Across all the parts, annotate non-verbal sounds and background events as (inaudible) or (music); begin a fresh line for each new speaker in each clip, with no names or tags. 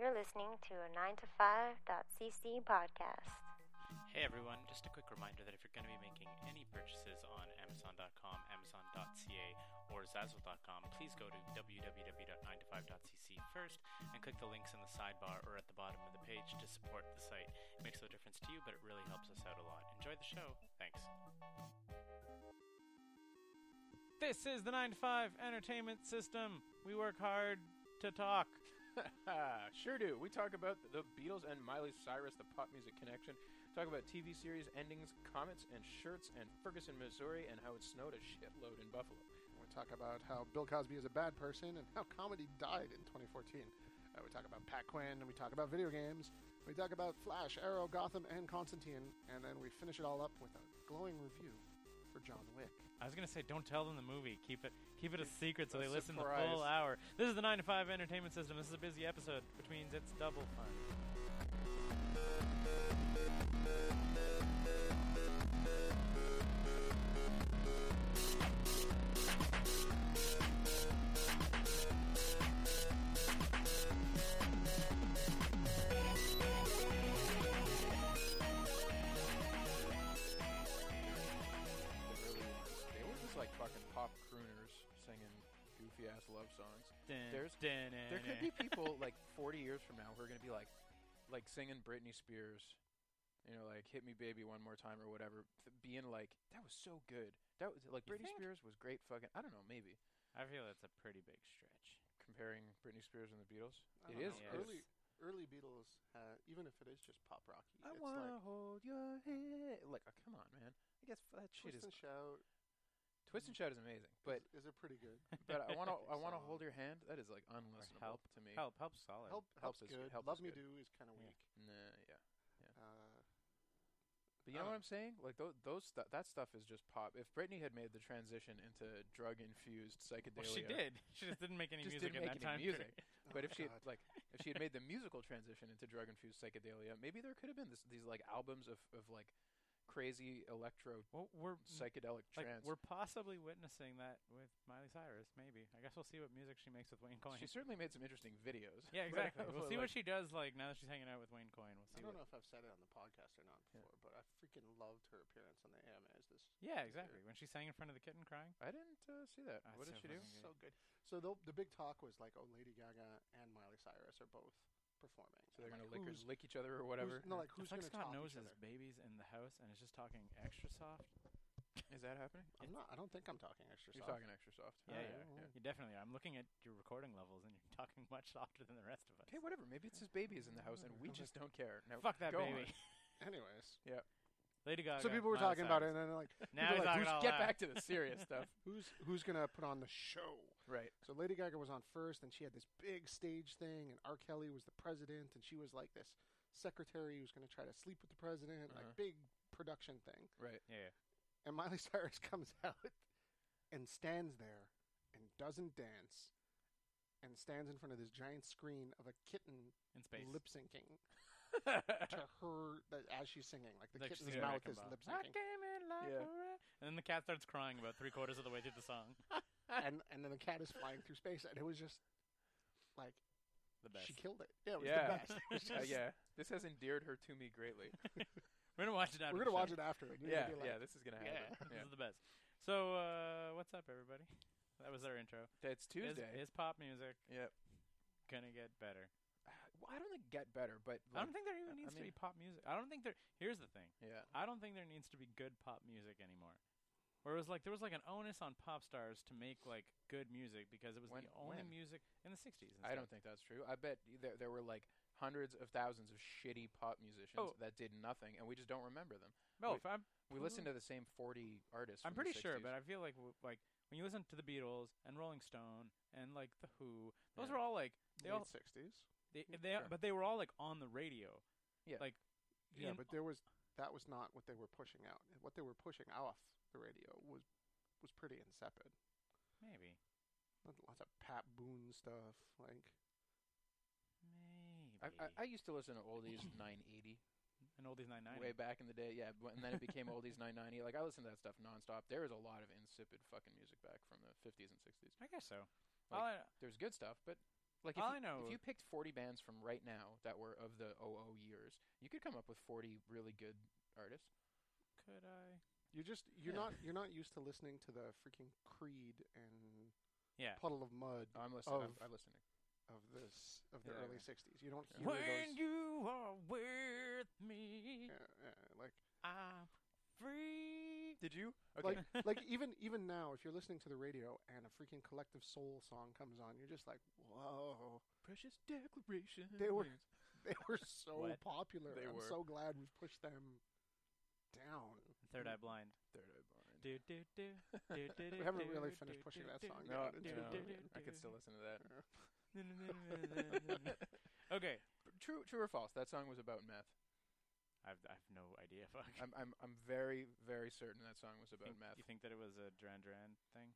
You're listening to a 9to5.cc podcast.
Hey everyone, just a quick reminder that if you're going to be making any purchases on Amazon.com, Amazon.ca, or Zazzle.com, please go to www.9to5.cc first and click the links in the sidebar or at the bottom of the page to support the site. It makes no difference to you, but it really helps us out a lot. Enjoy the show. Thanks. This is the 9 to 5 entertainment system. We work hard to talk.
Ah, sure do. We talk about the Beatles and Miley Cyrus, the pop music connection. Talk about TV series endings, comets and shirts, and Ferguson, Missouri, and how it snowed a shitload in Buffalo.
We talk about how Bill Cosby is a bad person and how comedy died in 2014. Uh, we talk about Pat Quinn and we talk about video games. We talk about Flash, Arrow, Gotham, and Constantine, and then we finish it all up with a glowing review for John Wick.
I was gonna say, don't tell them the movie. Keep it, keep it a secret so
a
they listen the
surprise.
full hour. This is the nine to five entertainment system. This is a busy episode, which means it's double fun.
It really was. They were just like fucking pop crooners singing goofy ass love songs.
Dun,
There's
dun,
there
dun,
could
dun.
be
(laughs)
people like 40 years from now who are gonna be like, like singing Britney Spears, you know, like "Hit Me, Baby, One More Time" or whatever, th- being like, "That was so good." That was like
You
Britney
think?
Spears was great. Fucking, I don't know, maybe
I feel that's a pretty big stretch.
comparing Britney Spears and the Beatles.
I
It
don't
is
know,
yes.
early. Early Beatles, uh, even if it is just pop rocky,
I
it's
want to
like
hold your head. Like, oh, come on, man. I guess that shit
twist
is
and shout.
twist and shout is amazing,
(laughs)
but
is, is it pretty good?
but I want to I want to
So-
hold your hand. That is like unlistenable
help.
to me.
Help, help, solid.
Help
Help
helps
is-
good.
help is
Love Me
good.
Do is kind of
Yeah.
weak.
Nah, yeah.
Uh,
But you know what
Um,
I'm saying? Like those those stu- that stuff is just pop. If Britney had made the transition into drug infused psychedelia,
Well, she
(laughs)
did. She just didn't make any
Just
music
didn't
at
make
that time.
any music.
period.
oh
But
my
if she had,
God.
like if she had
(laughs)
made the musical transition into drug infused psychedelia, maybe there could have been this, these like albums of of like crazy electro
Well, we're
Mm.
psychedelic
like,
trance.
we're possibly witnessing that with Miley Cyrus. Maybe. I guess we'll see what music she makes with Wayne Coyne.
she certainly made some interesting videos.
(laughs) yeah,
(laughs) But-
exactly.
but,
We'll see
like,
what she does. Like now that she's hanging out with Wayne Coyne, we'll see.
I don't
what-
know if I've said it on the podcast or not
Yeah.
before, but I freaking loved her appearance on the AMAs. This
Yeah, exactly. When she sang in front of the kitten crying.
I didn't uh, see that.
That's
what did
Ah, so
she do?
fucking good.
so good. So the the big talk was like, oh, Lady Gaga and Miley Cyrus are both performing.
So they're
And,
gonna
like,
lick, or
who's-
lick each other or
who's-
whatever.
no, like
Who's
who's
like
gonna
Scott
top
knows
each
his
other?
baby's in the house and is just talking extra soft.
is that happening?
I'm not. I don't think I'm talking extra.
You're
soft.
talking Oh, extra soft.
Yeah,
Okay,
yeah,
yeah.
You definitely are. I'm looking at your recording levels and you're talking much softer than the rest of us.
Okay, whatever. Maybe it's his baby is in the house and we just don't care. Now,
Fuck that
go
baby.
on.
Anyways,
Yeah.
(laughs) Lady Gaga.
so people were
Miley
talking about it,
Cyrus.
and then they're like,
(laughs) Now
people
he's
are
talking
like,
all
Get
out.
back to the
(laughs)
serious stuff.
who's who's gonna put on the show?
Right.
So Lady Gaga was on first, and she had this big stage thing, and R. Kelly was the president, and she was like this secretary who's gonna try to sleep with the president,
Uh-huh.
like big production thing.
Right.
Yeah, yeah.
And Miley Cyrus (laughs) comes out and stands there and doesn't dance and stands in front of this giant screen of a kitten
In space. (laughs)
lip syncing to her that, as she's singing. Like the
Like she's doing
kitten's mouth
Wrecking
is
Ball.
lip
I
syncing.
came in like
Yeah. Uh,
a rat. And then the cat starts crying about three quarters of the way through the song.
and, and then the cat is flying through space. And it was just like,
The best.
she killed it. Yeah, it was
Yeah.
(laughs)
the best. It was
Uh,
just-
yeah. This has endeared her to me (laughs) greatly.
We're gonna watch it after.
We're going
the
to watch
show.
it after. and you're
yeah.
gonna be
yeah.
like,
This is gonna happen.
(laughs) This
Yeah.
is the best. So, uh, what's up, everybody? That was our intro.
That's
His,
Tuesday.
his pop music
yeah.
gonna get better.
Well, I don't think get better, but
I don't
like-
think there
I
even needs to be
mean-
pop music. I don't think there. Here's the thing.
Yeah.
I don't think there needs to be good pop music anymore. Where it was like there was like an onus on pop stars to make like good music because it was
When-
the only
when?
music in the '60s. and
I don't
stuff.
think that's true. I bet there, there were like hundreds of thousands of shitty pop musicians
Oh.
that did nothing, and we just don't remember them.
No,
we,
if I'm
we listen to the same forty artists.
I'm
from
pretty
the
sure,
60s.
but I feel like w- like when you listen to the Beatles and Rolling Stone and like the Who, those were
Yeah.
all like they all
late 60s.
they, they
sure.
but they were all like on the radio.
Yeah.
Like
Yeah,
in-
but there was that was not what they were pushing out. What they were pushing off the radio was was pretty insipid.
maybe
Lots of Pat Boone stuff, like
maybe
I, I, I used to listen to
(clears throat)
oldies 980
an oldies nine ninety.
way back in the day. Yeah, but- and then it became oldies 990. Like I listened to that stuff nonstop. There was a lot of insipid fucking music back from the 50s and 60s.
I guess so.
Like-
All I-
There's good stuff, but Like if
All I
you,
know-
if you picked 40 bands from right now that were of the 00 years, you could come up with 40 really good artists.
Could I?
You're just you're
Yeah.
not you're not used to listening to the freaking Creed and
Yeah.
Puddle of Mud
Oh, I'm listening. I'm,
Of-
I'm listening.
of this of the
Yeah,
early
yeah.
'60s. You don't
Yeah.
hear those.
you are with me,
yeah, yeah, like
I'm free.
Did you?
like like even even now, if you're listening to the radio and a freaking collective soul song comes on, you're just like, (laughs) whoa,
precious declaration.
They were- they were so
What?
popular.
They
I'm
were.
so glad we've pushed them down.
(laughs) Third Eye Blind.
Third Eye Blind.
Do, do, do, do, do, do,
(laughs) We haven't really
do,
finished
do,
pushing
do,
that
do,
song
do,
No,
down
do,
into
do,
no,
do,
the-
do,
I could
do.
still listen to that.
(laughs) (laughs)
(laughs)
okay,
True, true or false? That song was about meth.
I've I've no idea. Fuck.
I'm, I'm, I'm very, very certain that song was about
Think-
meth.
You think that it was a Duran Duran thing?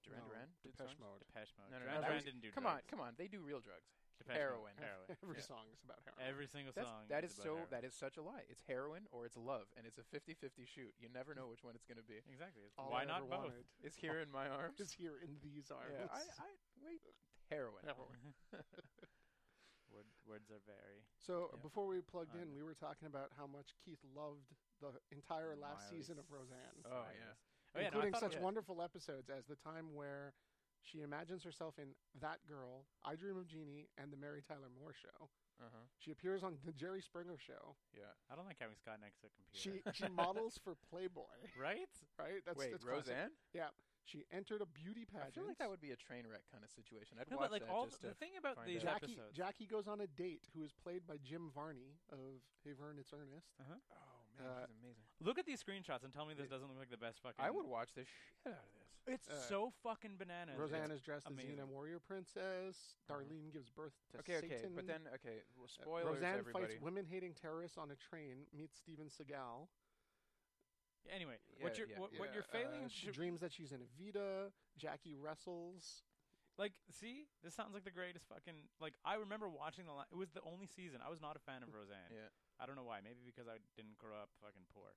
Duran
No,
Duran did songs?
Depeche Mode.
Depeche Mode.
No, no, no,
Duran
that
Duran
was-
didn't do
Come on,
drugs.
come on. They do real drugs.
Depeche Mode,
heroin.
Heroin.
(laughs) Every
yeah.
song is about heroin.
(laughs) Every single
That's,
song.
that is
about
so.
heroin.
That is such a lie. It's heroin or it's love, and it's a 50-50 shoot. You never know which one it's going to be.
Exactly. It's-
All
Why
I
not
ever
both?
wanted (laughs)
It's here in my arms. (laughs)
is here in these arms.
yeah, I, I wait. Heroin.
Word, words are very.
So
Yeah.
before we plugged in,
Um,
we were talking about how much Keith loved the entire last
Miley
season of Roseanne,
Oh,
Cyrus.
yeah.
Oh, yeah, no, I
including
thought-
such
yeah.
wonderful episodes as the time where she imagines herself in That Girl, I Dream of Jeannie, and the Mary Tyler Moore Show.
Uh huh.
She appears on the Jerry Springer Show.
Yeah.
I don't like having Scott next to a computer.
She
(laughs)
she models for Playboy,
(laughs) right?
right? That's,
Wait,
that's classic.
Roseanne?
She entered a beauty pageant.
I feel like that would be a train wreck kind of situation.
(laughs)
I'd
No,
watch
but like
that
all
just
the
to
thing about
find
these
out.
Jackie
episodes.
Jackie goes on a date who is played by Jim Varney of Hey Vern, It's Ernest.
Oh
man, Uh,
she's amazing.
Look at these screenshots and tell me this
It-
doesn't look like the best fucking.
I would watch the shit out of this.
It's
uh,
so fucking bananas.
Roseanne is dressed
amazing.
as Xena warrior princess. Darlene gives birth to
Uh-huh. okay,
Satan.
okay, but then okay, well,
Uh,
spoilers,
Roseanne
everybody.
fights women-hating terrorists on a train. Meets Steven Seagal.
It's- Anyway,
Yeah,
what you're
yeah,
what, what
yeah,
you're failing
Uh,
to
she dreams that she's in Evita. Jackie wrestles.
like see this sounds like the greatest fucking like I remember watching the la- it was the only season I was not a fan of Roseanne.
Yeah.
I don't know why. Maybe because I didn't grow up fucking poor.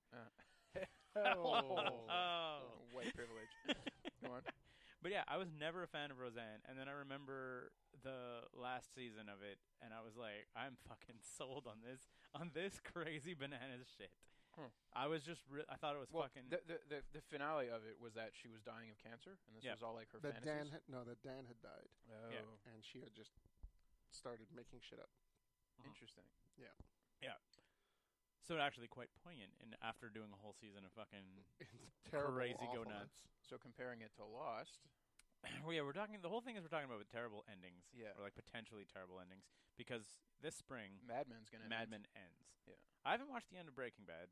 oh,
(laughs) Oh.
white (laughs) privilege. Come on.
But yeah, I was never a fan of Roseanne, and then I remember the last season of it, and I was like, I'm fucking (laughs) sold on this, on this crazy bananas shit.
Hmm.
I was just, re- I thought it was
Well,
fucking.
the, the the the finale of it was that she was dying of cancer, and this
Yeah.
was all like her
That Dan
fantasies.
had, Uh-huh. no, that Dan had died,
oh,
Yeah.
and she had just started making shit up. (laughs)
Mhm.
interesting.
so actually quite poignant. And after doing a whole season of fucking,
It's terrible,
Crazy go
awful.
nuts.
So comparing it to Lost,
(clears throat) well, yeah, we're talking. The whole thing is we're talking about with terrible endings,
Hmm. Yeah.
or like potentially terrible endings, because this spring
Mad Men's gonna
Mad Men
end.
ends.
Yeah.
I haven't watched the end of Breaking Bad,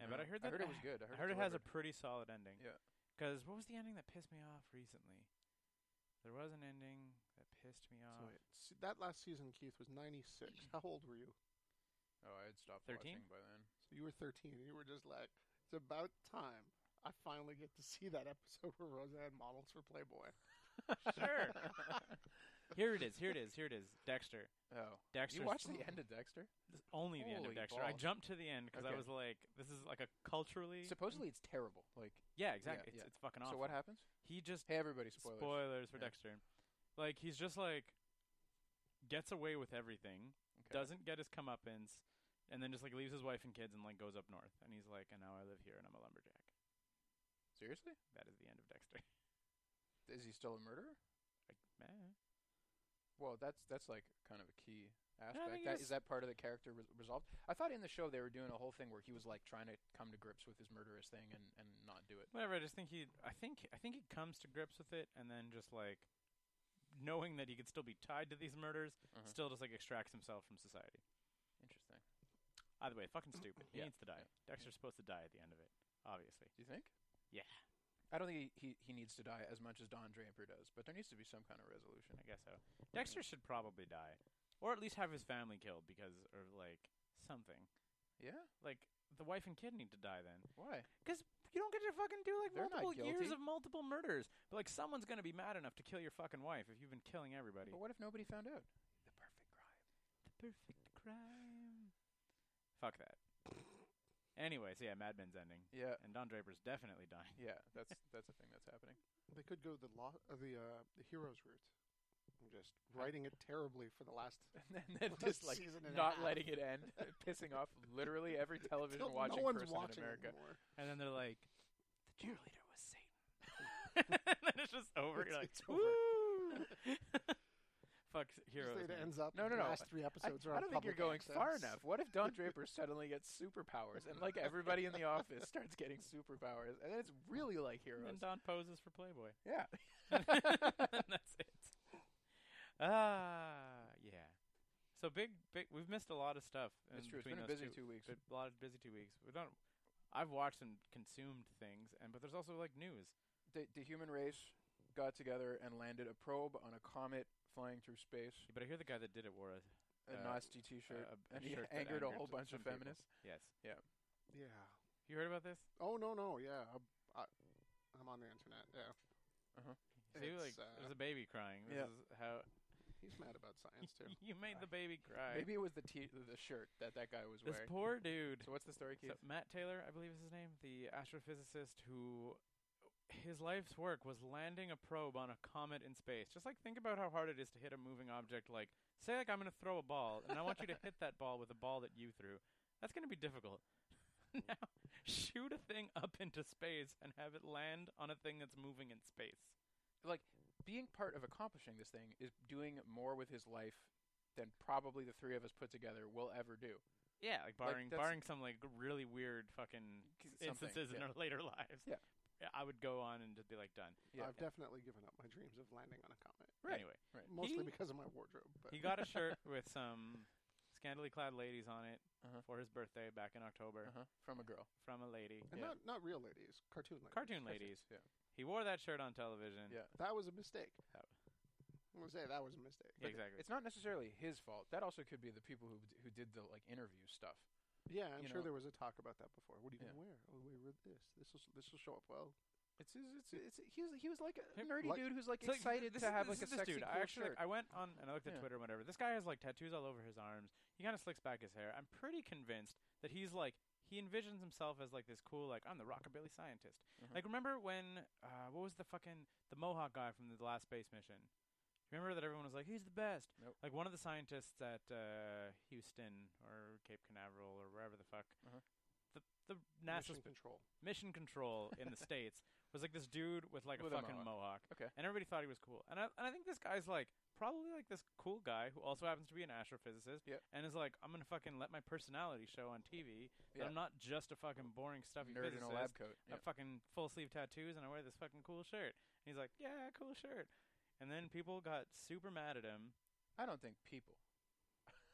and, but I
No.
heard that
it
(laughs)
was good. I
I
heard,
heard it
it,
has a
delivered.
pretty solid ending.
Yeah.
Because what was the ending that pissed me off recently? There was an ending that pissed me
So
Uh,
off.
wait, s- that last season, Keith was 96.
(clears throat)
How old were you?
Oh, I had stopped
13?
watching by then.
So you were 13. And you were just like, it's about time. I finally get to see that episode where Roseanne models for Playboy.
(laughs) sure. (laughs) here it is. Here it is. Here it is. Dexter.
(laughs) Oh,
Dexter.
you watched the end of Dexter?
only the end of
Holy
Dexter. I
balls.
jumped to the end because I
Okay.
was like, this is like a culturally.
Supposedly it's terrible. Like,
yeah, exactly.
yeah.
It's, it's fucking awful.
so what happens?
He just
Hey, everybody!
spoilers,
Spoilers.
for
Yeah.
Dexter. Like he's just like gets away with everything.
Okay.
doesn't get his comeuppance, and then just like leaves his wife and kids and like goes up north. And he's like, and now I live here and I'm a lumberjack.
seriously?
That is the end of Dexter. (laughs)
Is he still a murderer?
like, meh.
Well, that's that's like kind of a key
think it
aspect. That,
is-
is that part of the character res- resolved? I thought in the show they were doing a whole thing where he was like trying to come to grips with his murderous thing and, and not do it.
whatever. I just think he, I think, I think he comes to grips with it, and then just like knowing that he could still be tied to these murders,
Uh-huh.
still just like extracts himself from society.
Interesting.
Either way, fucking stupid. He
Yeah,
needs to die. Dexter's supposed to die at the end of it, obviously.
Do you think?
Yeah.
I don't think he, he, he needs to die as much as Don Draper does, but there needs to be some kind of resolution.
I guess so. Dexter should probably die, or at least have his family killed because, or like something.
Yeah?
Like the wife and kid need to die then.
Why?
Because you don't get to fucking do like
They're not
multiple years of
guilty.
multiple murders. But like someone's gonna be mad enough to kill your fucking wife if you've been killing everybody.
But what if nobody found out? The perfect
The
crime.
perfect crime. Fuck that. Anyways, yeah, Mad Men's ending,
Yeah.
and Don Draper's definitely dying. (laughs)
Yeah, that's that's a thing that's happening. (laughs)
They could go the lo- uh, the uh, the hero's route, I'm just writing it terribly for the last
and then, then
Last
(laughs) just like
season and a
not
half.
letting it end, (laughs) pissing off literally every television
(laughs) till
watching
no one's
person in
watching
America.
anymore.
And then they're like, (laughs) the cheerleader was Satan. and then it's just over. You're like,
It's- it's over.
woo! Fuck
Just
heroes.
the way it
man.
ends up.
No,
and
no,
the
no.
Last three
I,
episodes are
I
on
don't think you're
public
going far
access.
enough. What if Don Draper suddenly gets superpowers and like everybody in the office starts getting superpowers and then it's really
And
like heroes?
then Don poses for Playboy.
(laughs) yeah.
and (laughs) that's it. Ah, yeah. So big, big. We've missed a lot of stuff. in
It's true. It's
Between
been a
those
busy two weeks.
Been a lot of busy two weeks. We don't. I've watched and consumed things, and but there's also like news.
The, the human race got together and landed a probe on a comet flying through space.
But I hear the guy that did it wore a,
A
Uh,
Nazi T-shirt.
a- a
and he
shirt that
angered a whole
s-
bunch
some
of
people.
feminists.
Yes.
Yeah.
You heard about this?
Oh no, no. Yeah. I, I, I'm on the internet. Yeah.
Uh-huh.
See, like,
It's, uh,
there's a baby crying. This
yeah.
is how (laughs)
He's mad about science too.
you made the baby cry.
Maybe it was the t- the shirt that that guy was
this
wearing.
poor dude.
So what's the story, Keith?
So Matt Taylor, I believe is his name, the astrophysicist who his life's work was landing a probe on a comet in space. Just like think about how hard it is to hit a moving object like say like I'm going to throw a ball and I want you to hit that ball with a ball that you threw. That's going to be difficult. (laughs) now shoot a thing up into space and have it land on a thing that's moving in space.
like being part of accomplishing this thing is doing more with his life than probably the three of us put together will ever do.
Yeah, like barring
that's-
barring some like really weird fucking
K- something,
instances in
yeah.
our later lives.
Yeah.
Yeah, I would go on and just be like done.
Yeah.
I've definitely given up my dreams of landing on a comet,
Right.
Anyway,
mostly
He-
because of my wardrobe. But
he got a
(laughs)
shirt with some scantily clad ladies on it
Uh-huh.
for his birthday back in October
Uh-huh. From a girl.
from a lady,
and
yeah.
not not real ladies, cartoon ladies.
cartoon ladies.
Yeah.
He wore that shirt on television.
Yeah.
That was a mistake.
That-
I'm gonna say that was a mistake.
Yeah, exactly.
It's not necessarily his fault. That also could be the people who d- who did the like interview stuff.
Yeah, I'm
you
sure
know.
there was a talk about that before. What are you
Yeah.
gonna wear? Oh, we wear this. This will this will show up well.
It's it's it's, he was he was like a
Yep.
nerdy
Like-
dude who's like
So, like,
excited
this
to
is-
have
this
like a
is this
sexy
dude.
cool
I actually,
shirt.
I went on and I looked at
Yeah.
Twitter and whatever. This guy has like tattoos all over his arms. He kind of slicks back his hair. I'm pretty convinced that he's like he envisions himself as like this cool like I'm the rockabilly scientist.
Mhm.
Like remember when uh, what was the fucking the Mohawk guy from the last space mission? Remember that everyone was like he's the best.
Nope.
Like one of the scientists at uh, Houston or Cape Canaveral or wherever the fuck.
Uh-huh.
The the NASA
Mission
sp-
control.
mission control in
(laughs)
the states was like this dude with like
With
a
a
fucking mohawk.
mohawk. Okay.
And everybody thought he was cool. And I and I think this guy's like probably like this cool guy who also happens to be an astrophysicist
Yep.
and is like I'm going to fucking let my personality show on TV that
Yeah.
I'm not just a fucking boring stuffy
Nerd in
physicist.
a lab coat.
I have fucking full sleeve tattoos and I wear this fucking cool shirt. And he's like, "Yeah, cool shirt." And then people got super mad at him.
I don't think people.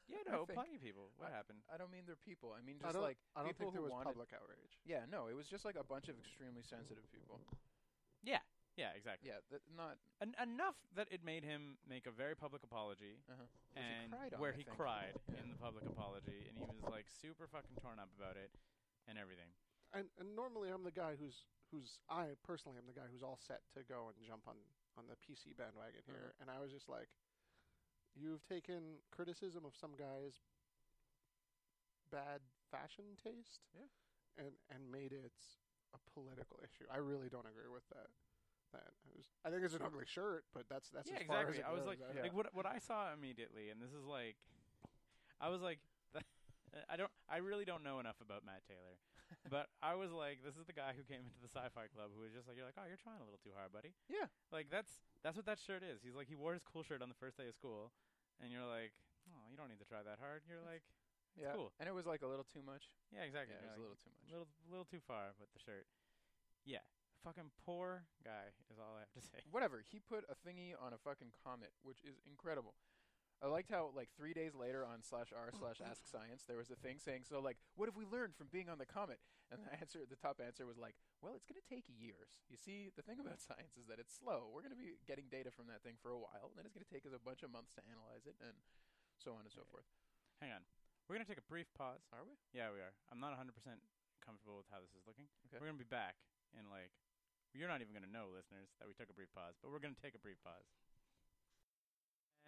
You
I
know,
think-
plenty of people. What happened?
I don't mean they're people. I mean
I
just
don't,
like
I don't
people
think there
who
was
wanted.
public outrage.
Yeah, no, it was just like a bunch of extremely sensitive people.
Yeah, exactly.
Yeah, that not
En- enough that it made him make a very public apology.
uh-huh. Which he
and
cried on,
where
I
he
think.
cried
Yeah.
in the public apology, and he was like super fucking torn up about it and everything.
And and normally I'm the guy who's who's I personally am the guy who's all set to go and jump on on the PC bandwagon here,
Mm-hmm.
and I was just like, you've taken criticism of some guy's bad fashion taste,
Yeah.
and and made it a political issue. I really don't agree with that. That I, was, I think it's an ugly shirt, but that's that's
yeah,
as far
exactly.
as it
I was
goes. Oh
like, (laughs)
I-
Yeah.
like what what I saw immediately, and this is like, I was like, (laughs) I don't, I really don't know enough about Matt Taylor, but I was like, this is the guy who came into the Sci-Fi Club who was just like, you're like, oh, you're trying a little too hard, buddy.
Yeah.
like that's that's what that shirt is. He's like, he wore his cool shirt on the first day of school, and you're like, oh, you don't need to try that hard. You're like, it's
yeah.
cool.
And it was like a little too much.
yeah, exactly.
Yeah,
You're like,
it was a little too much.
little little too far with the shirt. Yeah, fucking poor guy is all I have to (laughs) say.
Whatever. He put a thingy on a fucking comet, which is incredible. I liked how like three days later on slash r slash (laughs) ask science there was a thing saying so like what have we learned from being on the comet and the answer the top answer was like well it's going to take years you see the thing about (laughs) science is that it's slow we're going to be getting data from that thing for a while and then it's going to take us a bunch of months to analyze it and so on and so
Okay.
forth
Hang on, we're gonna take a brief pause.
are we
Yeah, we are. I'm not 100 percent comfortable with how this is looking.
Okay.
We're gonna be back in like, you're not even gonna know, listeners, that we took a brief pause, but we're gonna take a brief pause.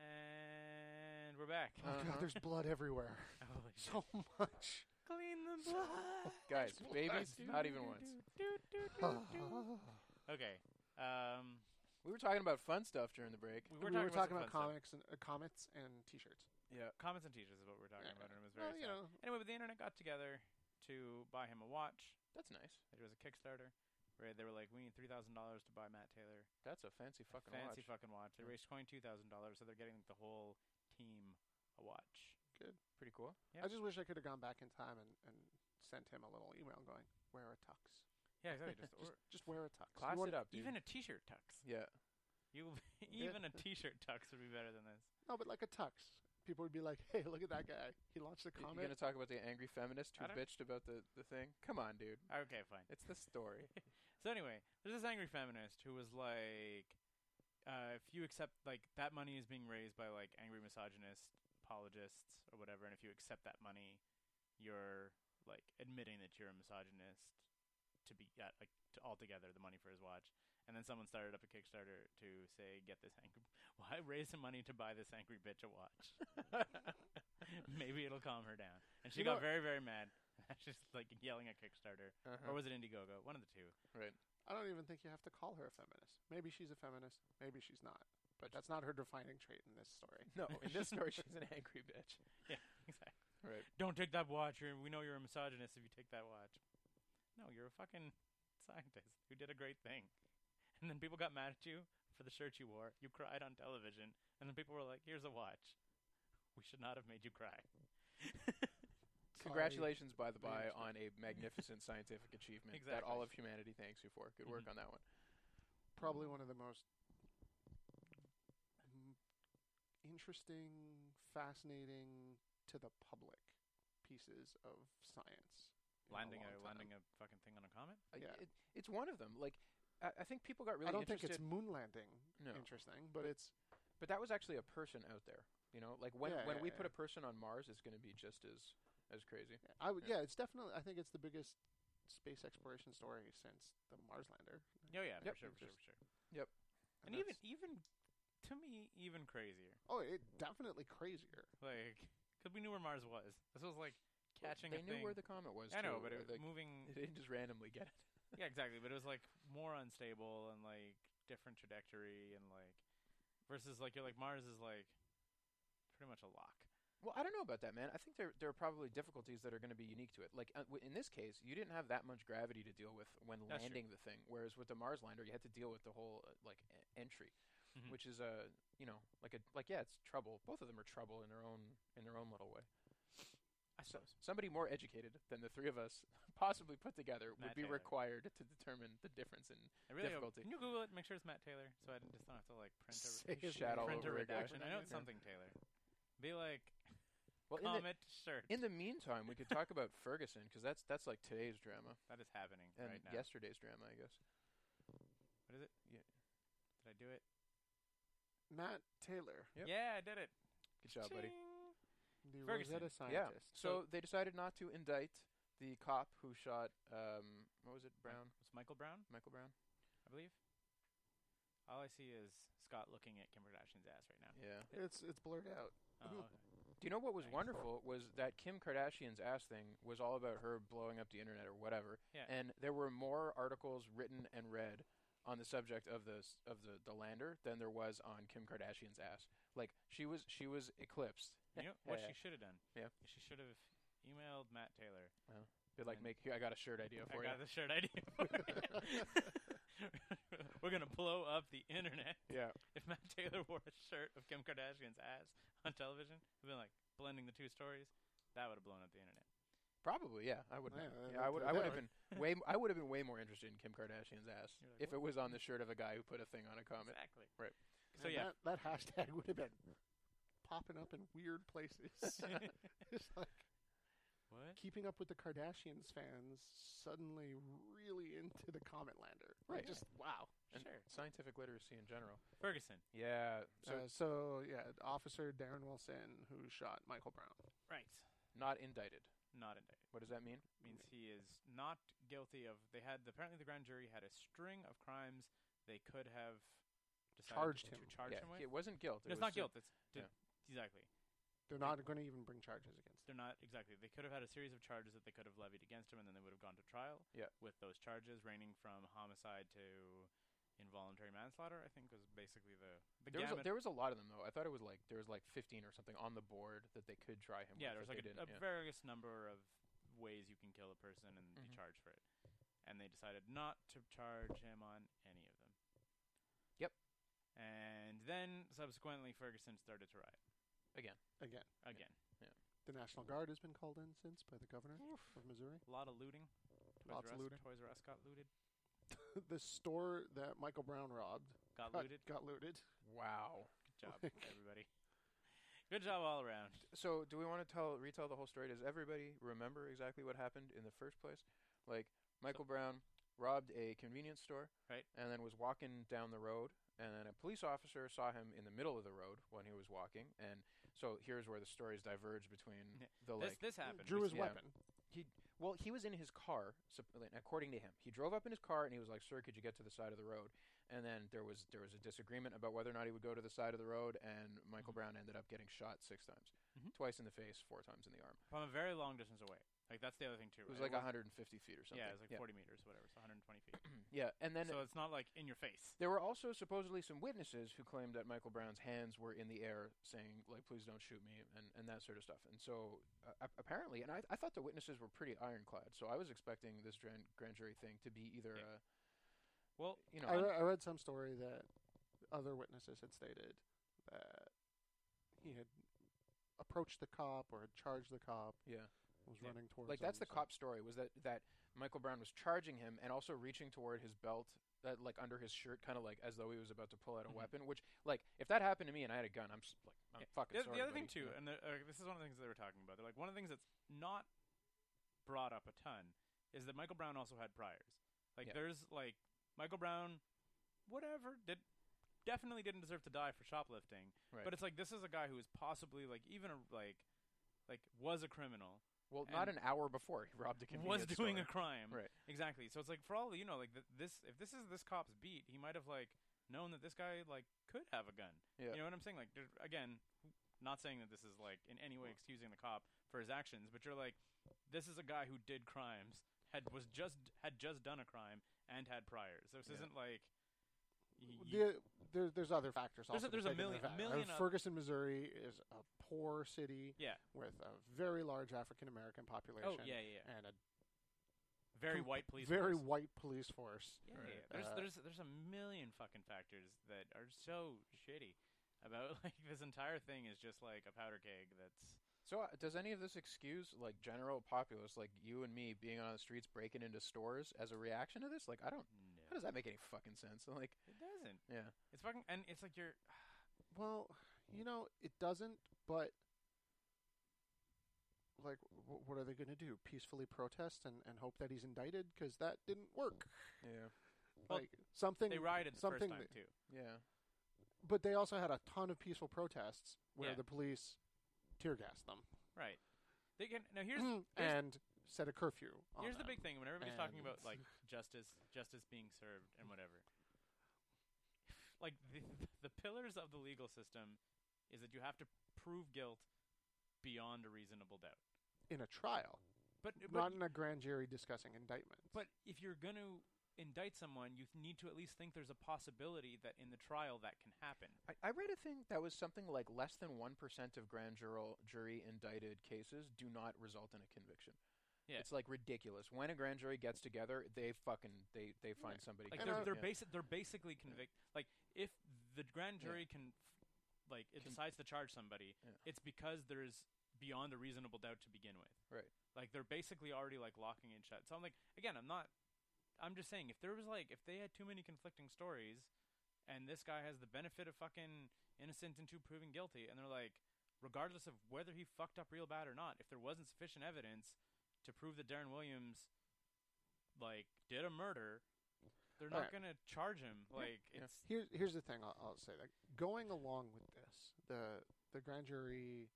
And we're back. (laughs)
oh
Uh-huh.
god, there's blood everywhere. (laughs)
Holy shit.
So much.
clean the blood,
(laughs)
guys
It's
babies
black,
not even once
(laughs)
Do, do, do, do, do. okay. Um,
We were talking about fun stuff during the break.
We
We
were talking,
about
comments.
comics and uh, comets and T-shirts.
Yeah.
Comments and teachers is what we were talking
Yeah.
about, and it was very
Well, you
sad.
know,
Anyway, but the internet got together to buy him a watch.
That's nice.
It was a Kickstarter. Where they were like, we need three thousand dollars to buy Matt Taylor.
That's a fancy fucking
Fancy
watch.
fucking watch. They
Yeah.
raised twenty two thousand dollars, so they're getting the whole team a watch.
Pretty cool.
Yeah.
I just wish I could have gone back in time and, and sent him a little email going, "Wear a tux.
Yeah, exactly. (laughs) Just,
Just,
or
just wear a tux. You
Class
want-
it up, dude.
even a T-shirt tux.
yeah.
You (laughs) even a T-shirt tux would be better than this.
No, but like a tux. People would be like, "Hey, look at that guy. He launched a
Y- You
comet."
gonna talk about the angry feminist who
I don't-
bitched about the, the thing? Come on, dude.
Okay, fine.
It's the
(laughs)
story.
So anyway, there's this angry feminist who was like, uh, if you accept like that money is being raised by like angry misogynist apologists or whatever, and if you accept that money, you're like admitting that you're a misogynist to be uh, like to altogether the money for his watch. And then someone started up a Kickstarter to say, get this angry, (laughs) why raise some money to buy this angry bitch a watch? (laughs) Maybe it'll calm her down. And she
You know-
got very very mad. (laughs) She's like yelling at Kickstarter, or
Uh-huh.
was it Indiegogo? One of the two.
right.
I don't even think you have to call her a feminist. Maybe she's a feminist. Maybe she's not. But that's not her defining trait in this story.
No, (laughs) in this story, she's an angry
(laughs)
bitch.
Exactly.
Right.
don't take that watch. You're, we know you're a misogynist if you take that watch. No, you're a fucking scientist who did a great thing. And then people got mad at you for the shirt you wore. You cried on television. And then people were like, here's a watch. We should not have made you cry.
Sorry.
Congratulations, by the by,
Management.
(laughs)
on a magnificent scientific achievement
Exactly.
that all of humanity thanks you for. Good work
Mhm.
on that one.
Probably one of the most m- interesting, fascinating to the public pieces of science. in
landing a,
long time.
landing a fucking thing on a comet?
I-
Yeah.
Uh, it- it's one of them. Like, I, I think people got really
I don't think
interested.
it's moon landing
No.
interesting, but it's
but that was actually a person out there. You know, like when
Yeah,
when
yeah,
we put
yeah.
a person on Mars, it's going to be just as as crazy.
I would
Yeah.
yeah. it's definitely I think it's the biggest space exploration story since the Mars lander.
Oh, yeah,
Yep.
for sure, for sure, for sure. And, even,
that's-
even, to me, even crazier.
oh, it definitely crazier.
Like, because we knew where Mars was. This was like catching
They
a
knew
thing.
where the comet was.
I know,
too,
but it
uh,
was
like,
moving.
(laughs) They didn't just randomly get it.
yeah, exactly. But it was like more unstable and like different trajectory and like versus like you're like Mars is like pretty much a lock.
Well, I don't know about that, man. I think there there are probably difficulties that are going to be unique to it. Like uh, w- in this case, you didn't have that much gravity to deal with when
That's true.
landing the thing, whereas with the Mars lander, you had to deal with the whole uh, like e- entry,
Mhm.
which is a you know like a like yeah, it's trouble. Both of them are trouble in their own in their own little way.
I
So
suppose.
somebody more educated than the three of us (laughs) possibly put together
Matt
would be
Taylor.
required to determine the difference in
I really
difficulty.
Hope, can you Google it? and Make sure it's Matt Taylor, so I didn't- just don't have to like print a
Say his
Shat
name.
all
print a
over a guy.
redaction. I know it's
Yeah.
something Taylor. Be like
well in the,
comment shirt.
in the meantime, we could talk about Ferguson because that's that's like today's drama
that is happening
and
right now.
yesterday's drama, I guess.
What is it?
Yeah.
Did I do it?
Matt Taylor,
Yep.
Yeah, I did it.
Good job, buddy.
Ching.
the
Ferguson.
Yeah.
Rosetta scientist.
So, they decided not to indict the cop who shot um what was it? Brown,
It's Michael Brown,
Michael Brown.
I believe. All I see is Scott looking at Kim Kardashian's ass right now.
Yeah.
it's it's blurred out.
Oh, okay.
Do you know what was
Thanks.
wonderful was that Kim Kardashian's ass thing was all about her blowing up the internet or whatever.
Yeah.
And there were more articles written and read on the subject of the s- of the, the lander than there was on Kim Kardashian's ass. Like she was she was eclipsed.
You know what
Yeah.
she should have done?
Yeah.
She should have emailed Matt Taylor.
They're like
And-
make here I got a shirt
I
idea for you.
got the shirt
(laughs)
idea. for you. (laughs) We're gonna blow up the internet. (laughs)
Yeah.
If Matt Taylor wore a shirt of Kim Kardashian's ass on television, it'd been like blending the two stories. That would have blown up the internet.
Probably, yeah. I would.
Oh,
Yeah,
Yeah, I
that-
would.
that-
I would
that
have been way. m- I would have been way more interested in Kim Kardashian's ass
You're like,
if it was on the shirt of a guy who put a thing on a comet.
Exactly.
Right.
So
And
yeah.
that, that hashtag would have been popping up in weird places.
(laughs)
(laughs) it's like
what?
keeping up with the Kardashians fans suddenly really into the Comet Lander. Like,
Right.
Just wow.
And
Sure.
Scientific literacy in general.
Ferguson.
Yeah. So
So, uh, so yeah, Officer Darren Wilson who shot Michael Brown.
Right.
not indicted.
Not indicted.
What does that mean?
Means he is not guilty of. They had apparently the grand jury had a string of crimes they could have decided
Charged
to
him.
charge
yeah,
him with.
it wasn't guilt.
It's
It was
not
sim-
guilt. It's
yeah.
did- exactly.
They're not going to even bring charges against him.
They're not exactly. They could have had a series of charges that they could have levied against him, and then they would have gone to trial.
Yeah.
With those charges ranging from homicide to involuntary manslaughter. I think was basically the the
There was, a,
gamut.
there was a lot of them though. I thought it was like there was like 15 or something on the board that they could try him.
yeah, there was
with, but
like
they
a, a
didn't, yeah.
various number of ways you can kill a person and be
Mhm.
charged for it, and they decided not to charge him on any of them.
Yep.
And then subsequently, Ferguson started to riot
Again,
again.
the National Guard has been called in since by the governor of Missouri. (laughs)
A lot of looting. Toys
Lots
R
of
Us-
looting.
Toys R Us got looted.
the store that Michael Brown robbed
Got
got
looted.
Got looted.
Wow.
Good job, everybody. Good job all around.
So do we want to tell retell the whole story? Does everybody remember exactly what happened in the first place? Like Michael Brown robbed a convenience store,
Right.
And then was walking down the road, and then a police officer saw him in the middle of the road when he was walking, and so here's where the stories diverge between
Yeah.
the
This
like.
this happened.
Drew his
yeah.
weapon.
Well, he was in his car, sup- like, according to him. He drove up in his car and he was like, "Sir, could you get to the side of the road?" And then there was there was a disagreement about whether or not he would go to the side of the road, and Michael
Mhm.
Brown ended up getting shot six times,
Mhm.
twice in the face, four times in the arm.
from a very long distance away. Like that's the other thing too.
It was
right?
like 150 feet or something.
Yeah, it was like
yeah.
40 meters, whatever. So 120 feet.
Yeah, and then
so it's not like in your face.
there were also supposedly some witnesses who claimed that Michael Brown's hands were in the air, saying like, "Please don't shoot me," and, and that sort of stuff. And so uh, ap- apparently, and I, I thought the witnesses were pretty ironclad. So I was expecting this grand, grand jury thing to be either,
Yeah.
uh,
Well,
you know,
I, re- I read some story that other witnesses had stated that he had approached the cop or had charged the cop,
yeah.
was
Yeah.
running towards.
like that's
him,
the
so-
cop's story was that that Michael Brown was charging him and also reaching toward his belt that like under his shirt kind of like as though he was about to pull out a
Mhm.
weapon which like if that happened to me and I had a gun I'm s like I'm
Yeah.
fucking
the,
sorry
the other thing
buddy.
too,
Yeah.
and the, uh, this is one of the things they were talking about. They're like one of the things that's not brought up a ton is that Michael Brown also had priors. Like
Yeah.
there's like Michael Brown, whatever did definitely didn't deserve to die for shoplifting.
Right.
But it's like this is a guy who is possibly like even a like like was a criminal,
well not
and-
an hour before he robbed a
was
convenience
doing a
store.
crime.
Right.
Exactly. So it's like for all you know, like th- this if this is this cop's beat, he might have like known that this guy like could have a gun.
Yeah.
You know what I'm saying? Like there- again, not saying that this is like in any way excusing the cop for his actions, but you're like this is a guy who did crimes, had was just had just done a crime and had priors. So this
Yeah.
isn't like y- y-
The, there, there's other factors.
There's a-
also
there's
to
a
take into
million- a
fact. Uh,
million of-
Ferguson, Missouri, is a poor city.
Yeah.
With a very large African American population.
Oh yeah, yeah, yeah.
And a
Very
com-
white police.
very
force.
white police force.
Yeah,
Right.
yeah, yeah. There's
Uh,
there's there's a million fucking factors that are so shitty about (laughs) like this entire thing is just like a powder keg that's
So uh, does any of this excuse like general populace like you and me being on the streets breaking into stores as a reaction to this like I don't
no.
how does that make any fucking sense (laughs) like
It doesn't.
Yeah.
It's fucking and it's like you're
Well, you know, it doesn't, but like w- what are they going to do? Peacefully protest and, and hope that he's indicted because that didn't work.
yeah
Well,
like something
they rioted the
something
first time
that-
too.
yeah
but they also had a ton of peaceful protests where
Yeah.
the police tear gassed them
Right. They can now
Mm.
here's here's-
and set a curfew. on
here's the
them.
big thing when everybody's talking
And-
about like justice justice being served and whatever. (laughs) Like the the pillars of the legal system is that you have to prove guilt beyond a reasonable doubt.
in a trial,
But but
not in a grand jury discussing indictment.
But if you're going to indict someone, you th- need to at least think there's a possibility that in the trial that can happen.
I, I read a thing that was something like less than 1% of grand jural, jury indicted cases do not result in a conviction.
Yeah.
It's like ridiculous. When a grand jury gets together, they fucking they, they find somebody.
Like
And
they're
I-
guilty.
they're
Yeah.
basic they're basically convict. Like if the grand
Yeah.
jury can, f- like it
Can-
decides to charge somebody,
Yeah.
it's because there's beyond a reasonable doubt to begin with.
Right.
Like they're basically already like locking in shut. So I'm like, again, I'm not. I'm just saying, if there was like, if they had too many conflicting stories, and this guy has the benefit of fucking innocent until proven guilty, and they're like, regardless of whether he fucked up real bad or not, if there wasn't sufficient evidence to prove that Darren Williams, like, did a murder, they're not
Alright.
gonna charge him. Like,
Yeah.
it's
Here's here's the thing. I'll, I'll say that going along with this, the the grand jury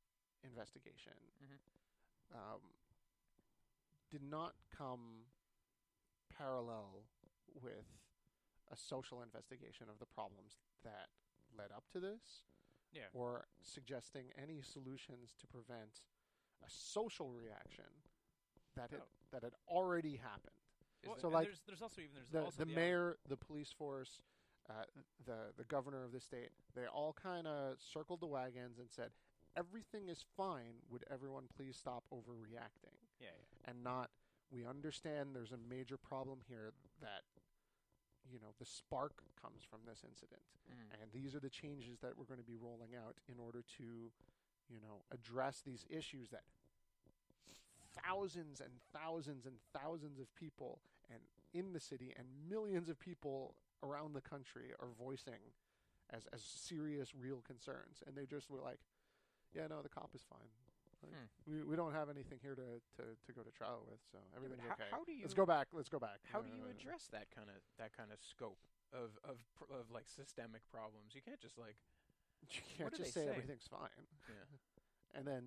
investigation
Mhm.
Mm-hmm.
um, did not come parallel with a social investigation of the problems that led up to this,
Yeah.
or suggesting any solutions to prevent a social reaction that had,
Oh.
that had already happened.
Is
well,
so
and
like
there's, there's also even there's
the,
also
the
other-
mayor, the police force, uh, the the governor of the state, they all kind of circled the wagons and said, "Everything is fine. Would everyone please stop overreacting?"
Yeah, yeah.
and not we understand there's a major problem here that you know the spark comes from this incident
mm.
and these are the changes that we're going to be rolling out in order to you know address these issues that thousands and thousands and thousands of people and in the city and millions of people around the country are voicing as as serious real concerns and they just were like yeah no the cop is fine like, we, we don't have anything here to, to, to go to trial with so everything's
how-
okay
how do
let's
you-
go back let's go back
How do
Uh,
you address that kind of that kind of scope of of pr- of like systemic problems? You can't just like
(laughs) you can't
do
just
they
say,
say?
everything's fine
yeah.
and then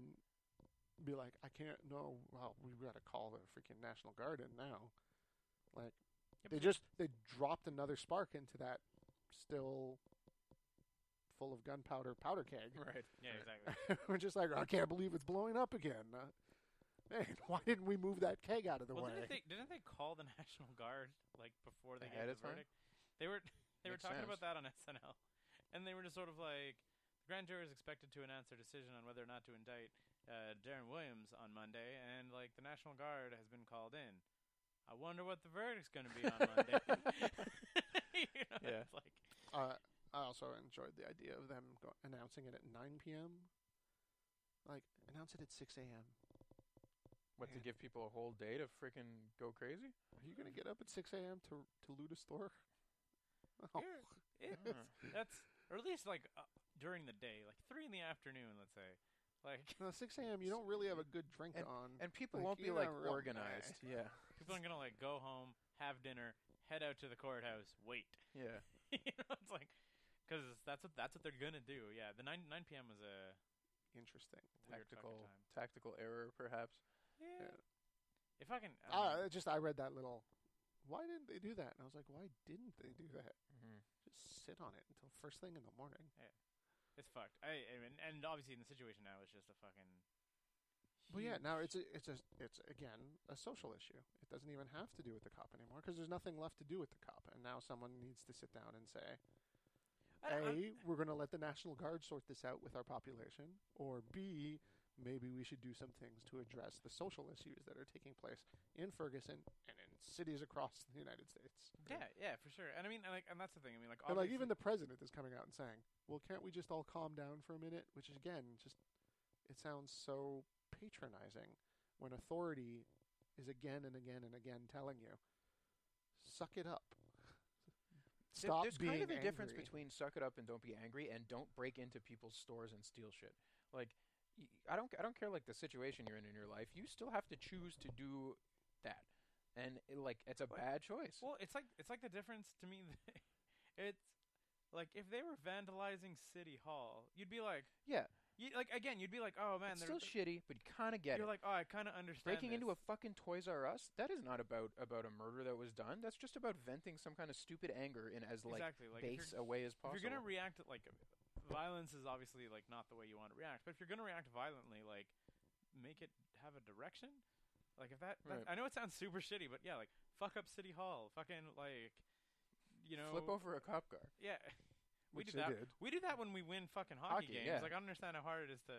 be like, I can't. No, well, we got to call the freaking National Guard in now. Like, they just they dropped another spark into that still full of gunpowder powder keg.
(laughs)
(laughs)
Right.
Yeah, exactly.
We're just like, I can't believe it's blowing up again. Uh, man, (laughs) why didn't we move that keg out of the
well,
way?
didn't they (laughs) didn't they call the National Guard like before they gave
Ahead of
the
time?
verdict? They were (laughs) they were
Makes
talking about
sense.
that on (laughs) SNL, and they were just sort of like the grand jury is expected to announce their decision on whether or not to indict uh, Darren Williams on Monday, and like the National Guard has been called in. I wonder what the verdict's going to be on Monday. (laughs) you know,
Yeah.
it's like
uh, I also enjoyed the idea of them go- announcing it at 9 p.m. Like, announce it at 6 a.m.
What to
Man.
give people a whole day to freaking go crazy?
Are you gonna get up at six a.m. to to loot a store? (laughs) Oh,
Here, it,
Ah.
that's or at least like uh, during the day, like three in the afternoon, let's say. Like
no, six a.m. You don't really have a good drink on.
And people
Like,
won't be
you're
like
not real
organized. (laughs) Yeah.
people aren't gonna like go home, have dinner, head out to the courthouse, wait. (laughs)
Yeah.
you know, it's like because that's what that's what they're gonna do. Yeah, the nine nine p.m. was a
Interesting.
weird fucking
Tactical
time.
tactical error perhaps.
Yeah.
Yeah.
If I can, I
Ah,
don't know.
I just I read that little. Why didn't they do that? And I was like, why didn't they do that? Just sit on it until first thing in the morning.
it's fucked. I, I mean, and obviously in the situation now, it's just a fucking.
Well, yeah.
huge-
Now it's a, it's a, it's again a social issue. It doesn't even have to do with the cop anymore because there's nothing left to do with the cop. And now someone needs to sit down and say,
(laughs)
I don't- I don't-
A, we're going to let the National Guard sort this out with our population, or B, maybe we should do some things to address the social issues that are taking place in Ferguson and in cities across the United States.
yeah, yeah, for sure. And I mean, and like, and that's the thing. I mean, like,
And like even
obviously-
the president is coming out and saying, "Well, can't we just all calm down for a minute?" Which is again just it sounds so patronizing when authority is again and again and again telling you, "Suck it up."
There-
Stop
There's
being
kind of a difference
angry."
between suck it up and don't be angry, and don't break into people's stores and steal shit. Like, y- I don't, I don't care like the situation you're in in your life. You still have to choose to do that, and it, like it's a bad choice.
Well, it's like it's like the difference to me. (laughs) it's like if they were vandalizing City Hall, you'd be like,
yeah,
you, like again, you'd be like, oh man,
it's
they're-
still shitty, but you kind of get
You're
it.
like, oh, I kind of understand.
Breaking into a
this."
fucking Toys R Us, that is not about about a murder that was done. That's just about venting some kind of stupid anger in as like
Exactly, like, if you're-
base a way as possible.
If you're gonna react to, like violence is obviously like not the way you want to react, but if you're gonna react violently, like make it have a direction. Like if that, that
Right.
I know it sounds super shitty, but yeah, like fuck up City Hall, fucking like, you know,
flip over a cop car.
Yeah, (laughs) we
Which
do
they
that.
did.
We do that when we win fucking hockey,
Hockey,
games.
yeah.
Like I don't understand how hard it is to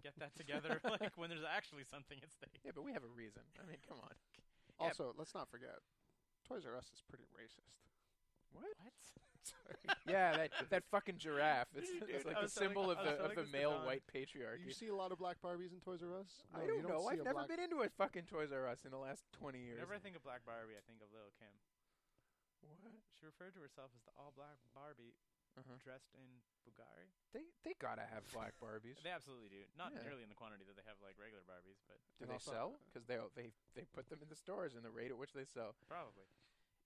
get that together. (laughs) like when there's actually something at stake.
Yeah, but we have a reason. I mean, come on.
(laughs) Yeah.
Also, let's not forget, Toys R Us is pretty racist.
What?
What?
yeah, that that fucking giraffe. It's,
Dude,
it's
I
like the
was telling-
symbol of
I was telling
the of the
this to
male
Don.
white patriarchy.
You see a lot of black Barbies in Toys R Us? No,
I
you
don't, know.
see
I've
a
never
black-
been into a fucking Toys R Us in the last twenty years.
Whenever I think of Black Barbie, I think of Lil Kim.
what?
She referred to herself as the all black Barbie
Uh-huh.
dressed in Bulgari.
They they gotta have black Barbies.
They absolutely do. Not
Yeah.
nearly in the quantity that they have like regular Barbies, but
Do
And
they
also-
sell? Because they they they put them in the stores and the rate at which they sell.
probably.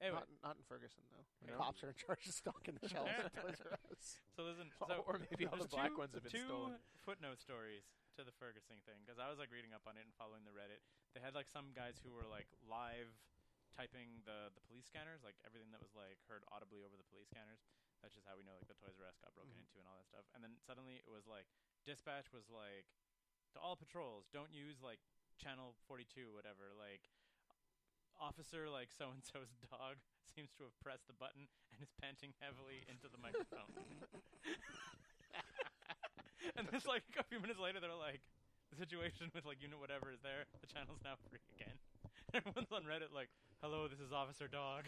Anyway,
Not, not in Ferguson though.
No?
Cops are in charge of stocking (laughs) the shelves at Toys R Us.
so there's an,
Oh,
so
or maybe (laughs) all
there's
the black
two-
ones have been
two
stolen.
footnote stories to the Ferguson thing because I was like reading up on it and following the Reddit. They had like some guys who were like live typing the the police scanners, like everything that was like heard audibly over the police scanners. That's just how we know like the Toys R Us got broken into and all that stuff. And then suddenly it was like dispatch was like to all patrols, don't use like channel 42 whatever, like officer like so and so's (laughs) dog seems to have pressed the button and is panting heavily into the microphone. (laughs) and it's like a few minutes later, they're like, the situation with like unit whatever is there. The channel's now free again. (laughs) Everyone's on Reddit like, "Hello, this is Officer Dog."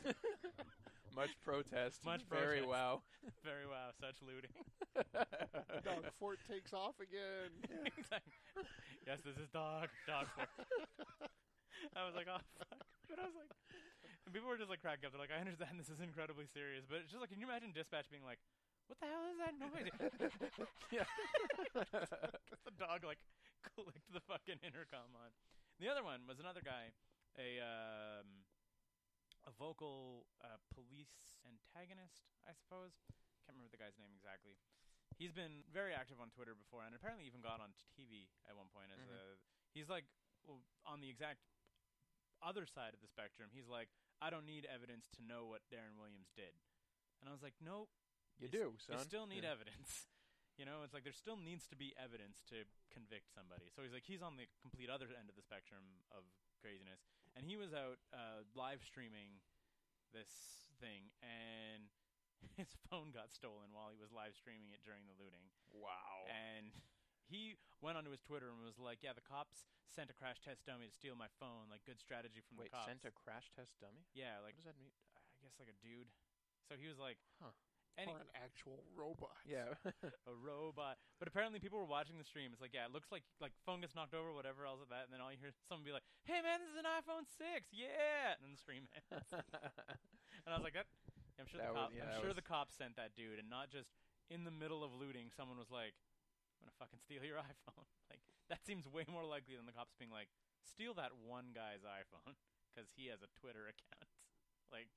(laughs)
Much protest.
uh, Much
Very
protest.
wow.
Very wow, such looting.
(laughs)
(laughs)
(laughs)
Dog Fort takes off (laughs) again.
Exactly. yes, this is Dog. Dog. Fort. (laughs) I was like, "Oh fuck!" But I was like, and people were just like cracking up. They're like, "I understand this is incredibly serious, but it's just like, can you imagine dispatch being like?" What the hell is that noise? (laughs)
yeah.
the dog like (laughs) clicked the fucking intercom on. The other one was another guy, a um, a vocal uh, police antagonist, I suppose. Can't remember the guy's name exactly. He's been very active on Twitter before, and apparently even got on TV at one point as
Mhm.
a. He's like well, on the exact other side of the spectrum. He's like, I don't need evidence to know what Darren Williams did, and I was like, nope.
You
It's-
do, son.
You still need
yeah.
evidence. (laughs) You know, it's like there still needs to be evidence to convict somebody. So he's like, he's on the complete other end of the spectrum of craziness, and he was out uh, live streaming this thing, and (laughs) his phone got stolen while he was live streaming it during the looting.
Wow.
And (laughs) he went onto his Twitter and was like, "Yeah, the cops sent a crash test dummy to steal my phone. Like, good strategy from
Wait,
the cops."
sent a crash test dummy?
yeah, like
what does that mean?
I guess like a dude. So he was like,
Huh.
Any,
Or an actual robot.
Yeah. (laughs)
a robot. But apparently, people were watching the stream. It's like, yeah, it looks like like phone gets knocked over, whatever else of that, and then all you hear is someone be like, "Hey man, this is an iPhone 6, yeah!" And then the stream
(laughs)
ends. and I was like, that. I'm sure the
That
cop.
was- yeah,
I'm
that
sure
was-
the cop sent that dude, and not just in the middle of looting. Someone was like, "I'm gonna fucking steal your (laughs) iPhone." like that seems way more likely than the cops being like, "Steal that one guy's iPhone because he has a Twitter account." (laughs) like,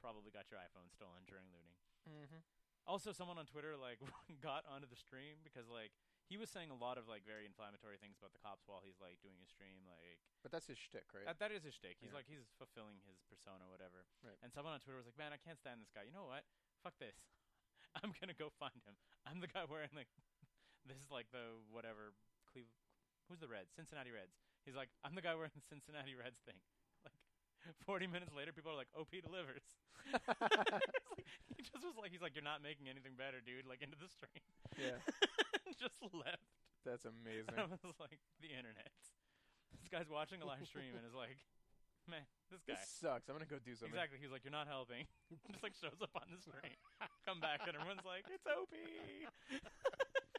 probably got your iPhone stolen during looting.
mm-hmm.
Also, someone on Twitter like (laughs) got onto the stream because like he was saying a lot of like very inflammatory things about the cops while he's like doing his stream. Like
But that's his shtick, right?
that, that is his shtick. He's
Yeah.
like he's fulfilling his persona, whatever.
Right.
And someone on Twitter was like, "Man, I can't stand this guy. You know what? Fuck this. (laughs) I'm gonna go find him. I'm the (laughs) guy wearing like this is like the whatever Cleve. Who's the Reds? Cincinnati Reds. He's like, I'm the guy wearing the Cincinnati Reds thing. (laughs) Like, 40 minutes later, people are like, OP delivers. (laughs) It's like- he just was like, he's like, you're not making anything better, dude. Like, into the stream.
yeah.
(laughs) just left.
That's
(laughs) And I
amazing.
was like, the internet. This guy's watching a live stream and is like, man, this guy.
this sucks. I'm gonna go do something.
Exactly. He's like, you're not helping. (laughs) just like shows up on the stream. Come back and everyone's like, it's OP. (laughs)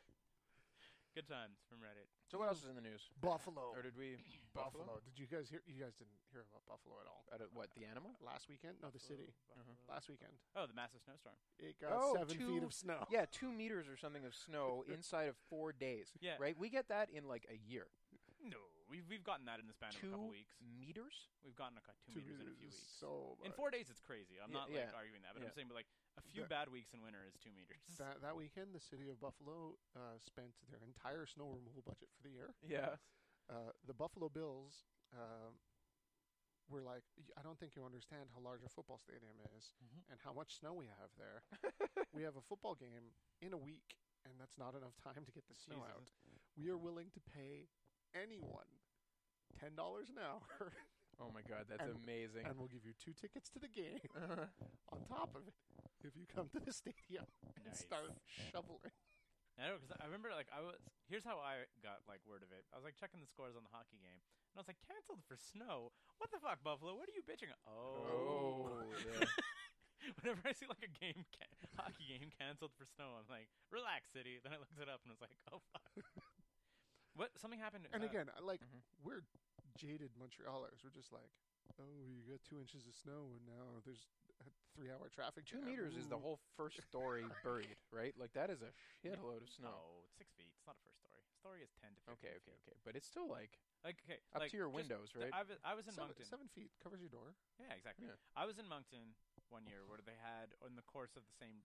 Good times from Reddit.
So what else is in the news?
Buffalo.
Or did we
Buffalo. Did you guys hear? You guys didn't hear about Buffalo at all.
Out of what the animal?
Last weekend? No, the city.
Uh-huh.
Last weekend.
Oh, the massive snowstorm.
It got
Oh,
seven feet
two-
of snow.
Yeah, two meters or something of (laughs) snow inside of four days.
Yeah.
Right? We get that in like a year.
No, we've we've gotten that in the span of a couple
Two
weeks.
Meters?
We've gotten a cou- two,
Two
meters in a
meters
few
is
weeks.
So
in
much.
four days, it's crazy. I'm
Yeah,
not
yeah.
like arguing that, but
Yeah.
I'm saying, but like a few
But-
bad weeks in winter is two meters.
that, that weekend, the city of Buffalo uh, spent their entire snow removal budget for the year.
Yeah.
Uh, the Buffalo Bills um, were like, "Y- I don't think you understand how large a football stadium is
Mhm.
Mm-hmm.
and how much snow we have there.
(laughs)
we have a football game in a week, and that's not enough time to get the snow
Jesus.
out. We are willing to pay anyone ten dollars an hour, (laughs)
Oh my god, that's
And-
amazing.
and we'll give you two tickets to the game.
(laughs)
on top of it, if you come to the stadium and
(laughs) Nice.
start shoveling.
I know because I remember like I was. Here's how I got like word of it. I was like checking the scores on the hockey game, and I was like canceled for snow. What the fuck, Buffalo? What are you bitching? Oh.
oh yeah.
(laughs) Whenever I see like a game can- hockey game canceled for snow, I'm like, relax, city. Then I looked it up and was like, oh fuck.
(laughs)
what? Something happened.
And
uh,
again, I like
Mhm.
we're jaded Montrealers. We're just like, oh, you got two inches of snow, and now there's a three-hour
(laughs)
traffic.
Two
jam.
meters is the
Ooh."
whole first (laughs) story buried, right? Like that is a shitload of snow.
No, it's oh, six feet. It's not a first story. Story is ten to fifteen.
Okay, okay,
feet.
okay. But it's still like
Like okay,
up
like,
to your
just
windows,
the-
right?
I was I was in
seven,
Moncton.
seven feet covers your door.
Yeah, exactly.
Yeah.
I was in Moncton one year where they had in the course of the same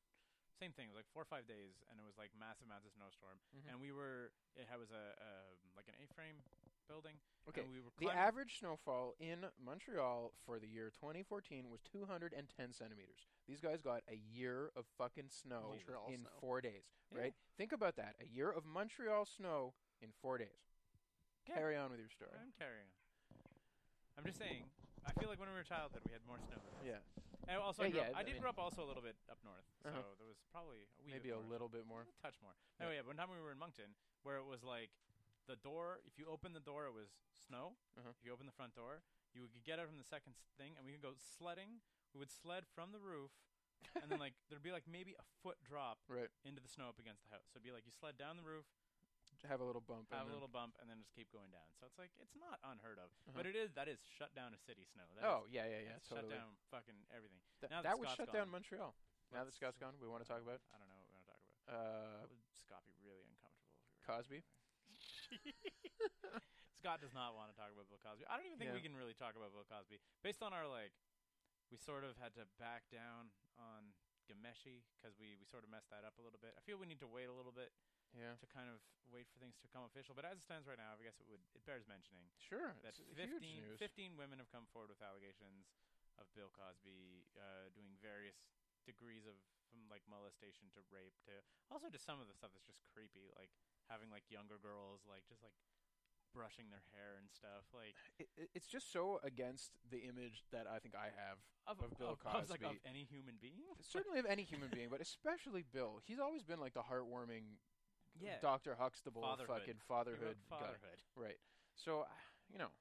same thing. It was like four or five days, and it was like massive amounts of snowstorm.
Mhm.
And we were it ha- was a um, like an A-frame building.
Okay,
and we were
The
climbing-
average snowfall in Montreal for the year 2014 was 210 centimeters. These guys got a year of fucking snow
Montreal
in
snow.
four days,
Yeah.
right? Think about that. A year of Montreal snow in four days.
Yeah.
Carry on with your story.
I'm carrying. on. I'm just saying I feel like when we were a child, that we had more snow. than this.
Yeah,
And also, I,
Yeah,
grew
yeah,
up, I
I
did
mean-
grow up also a little bit up north,
Uh-huh.
so there was probably a wee bit
maybe a
more.
little bit more.
a touch more.
Yeah.
Anyway, yeah, one time we were in Moncton where it was like the door. If you open the door, it was snow.
Uh-huh.
If you open the front door, you would get out from the second s- thing, and we could go sledding. We would sled from the roof, and then like (laughs) there'd be like maybe a foot drop
Right.
into the snow up against the house. So it'd be like you sled down the roof,
Have a little bump.
have a
and then-
little bump, and then just keep going down. So it's like it's not unheard of,
Uh-huh.
but it is that is shut down a city snow. That
Oh
is-
yeah, yeah, yeah.
that's
Totally.
shut down fucking everything.
Th-
now that
that would
Scott's
shut
gone.
down Montreal. Now that
Let's- uh,
Scott's gone, we want to talk about
I don't know what we want to talk about.
uh,
would Scott be really uncomfortable? if we were-
Cosby.
Scott does not want to talk about Bill Cosby. I don't even think we can really talk about Bill Cosby. Based on our like, we sort of had to back down on Gameshi because we we sort of messed that up a little bit. I feel we need to wait a little bit
Yeah,
to kind of wait for things to become official. But as it stands right now, I guess it would it bears mentioning
sure.
that
That's huge
15,
news.
15 women have come forward with allegations of Bill Cosby uh, doing various degrees of from like molestation to rape to also to some of the stuff that's just creepy, like having like younger girls like just like brushing their hair and stuff like
It, it- it's just so against the image that I think I have
of,
Of Bill
I was like, of
Cosby.
any human being.
certainly of any human being, but especially Bill. He's always been like the heartwarming
Yeah.
Dr. Huxtable
Fatherhood.
fucking
He
fatherhood
wrote
guy.
fatherhood.
Right. So, uh, you know,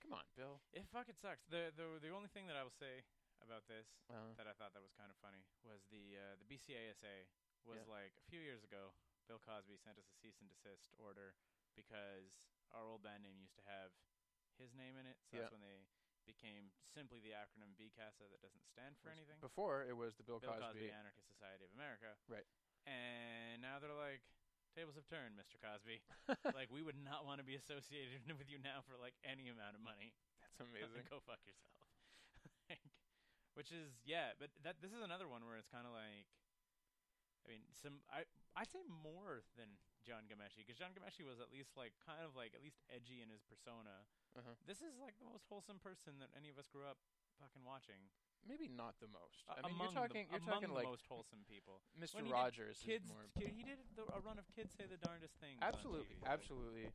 come on, Bill.
It fucking sucks. The the the only thing that I will say about this
Uh,
that I thought that was kind of funny was the uh, the BCASA was like a few years ago. Bill Cosby sent us a cease and desist order because our old band name used to have his name in it, so
Yeah.
that's when they became simply the acronym BCASA that doesn't stand for
was-
anything.
Before it was the Bill,
Bill Cosby
Cosby.
Anarchist Society of America.
Right.
And now they're like, tables have turned, Mr.
(laughs)
Cosby. like we would not want to be associated (laughs) with you now for like any amount of money.
That's
(laughs)
amazing.
Go fuck yourself. (laughs) like, which is yeah, but that this is another one where it's kind of like, I mean, some I I'd say more than John Gameshi because John Gameshi was at least like kind of like at least edgy in his persona.
Uh-huh.
This is like the most wholesome person that any of us grew up fucking watching.
Maybe not the most.
A-
I mean,
among
you're talking,
the,
you're
among
talking
the
like
most wholesome people.
Mr.
when he did
Rogers. is
Kids,
more-
kid, he did the, a run of kids say the darndest things. on
Absolutely,
TV.
absolutely,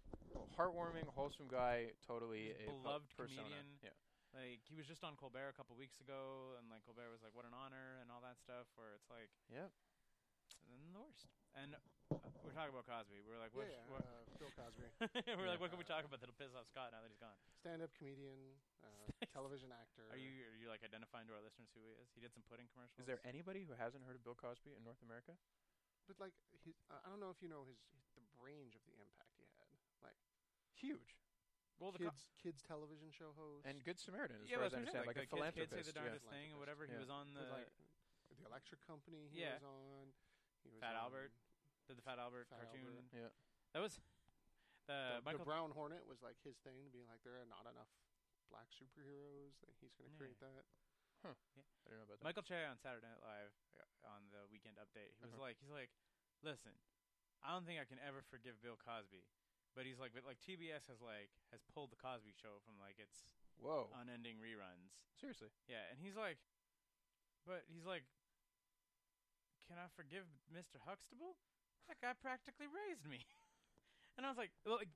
heartwarming, wholesome guy. Totally
He's
a pu-
beloved
persona.
comedian.
Yeah,
Like he was just on Colbert a couple weeks ago, and like Colbert was like, "What an honor," and all that stuff. Where it's like.
yeah.
and then the worst. And uh, we're talking about Cosby. We're like, what?
yeah,
what
uh, Bill
(laughs)
Cosby,
we're like,
Yeah.
what can we talk about that'll piss off Scott now that he's gone?
stand-up comedian, uh, television actor.
Are you are you like identifying to our listeners who he is? He did some pudding commercials.
Is there anybody who hasn't heard of Bill Cosby in North America?
But like, he, uh, I don't know if you know his the range of the impact he had. Like
Huge
well, the co-
kids, kids television show host.
and Good Samaritan, as
yeah, that's
far as
what I'm saying.
I understand,
Like,
a
the kids- kids,
philanthropist.
say the
yeah.
darndest thing or whatever. He
Yeah.
was on the
with, like the electric company he
Yeah.
was on. He was
Fat
on
Albert, did the Fat Albert
Fat
cartoon.
Albert.
Yeah.
that was uh,
The, the
Michael.
Brown Hornet was like his thing, being like there are not enough black superheroes. That he's going to
Yeah.
create that.
I don't know about that.
Michael Che on Saturday Night Live uh, on the weekend update. He was
Uh-huh.
like, he's like, listen, I don't think I can ever forgive Bill Cosby, but he's like, but like TBS has like has pulled the Cosby Show from like its
Whoa,
unending reruns.
seriously?
Yeah, and he's like, but he's like, can I forgive Mr. Huxtable? That guy practically raised me, (laughs) and I was like, well, like,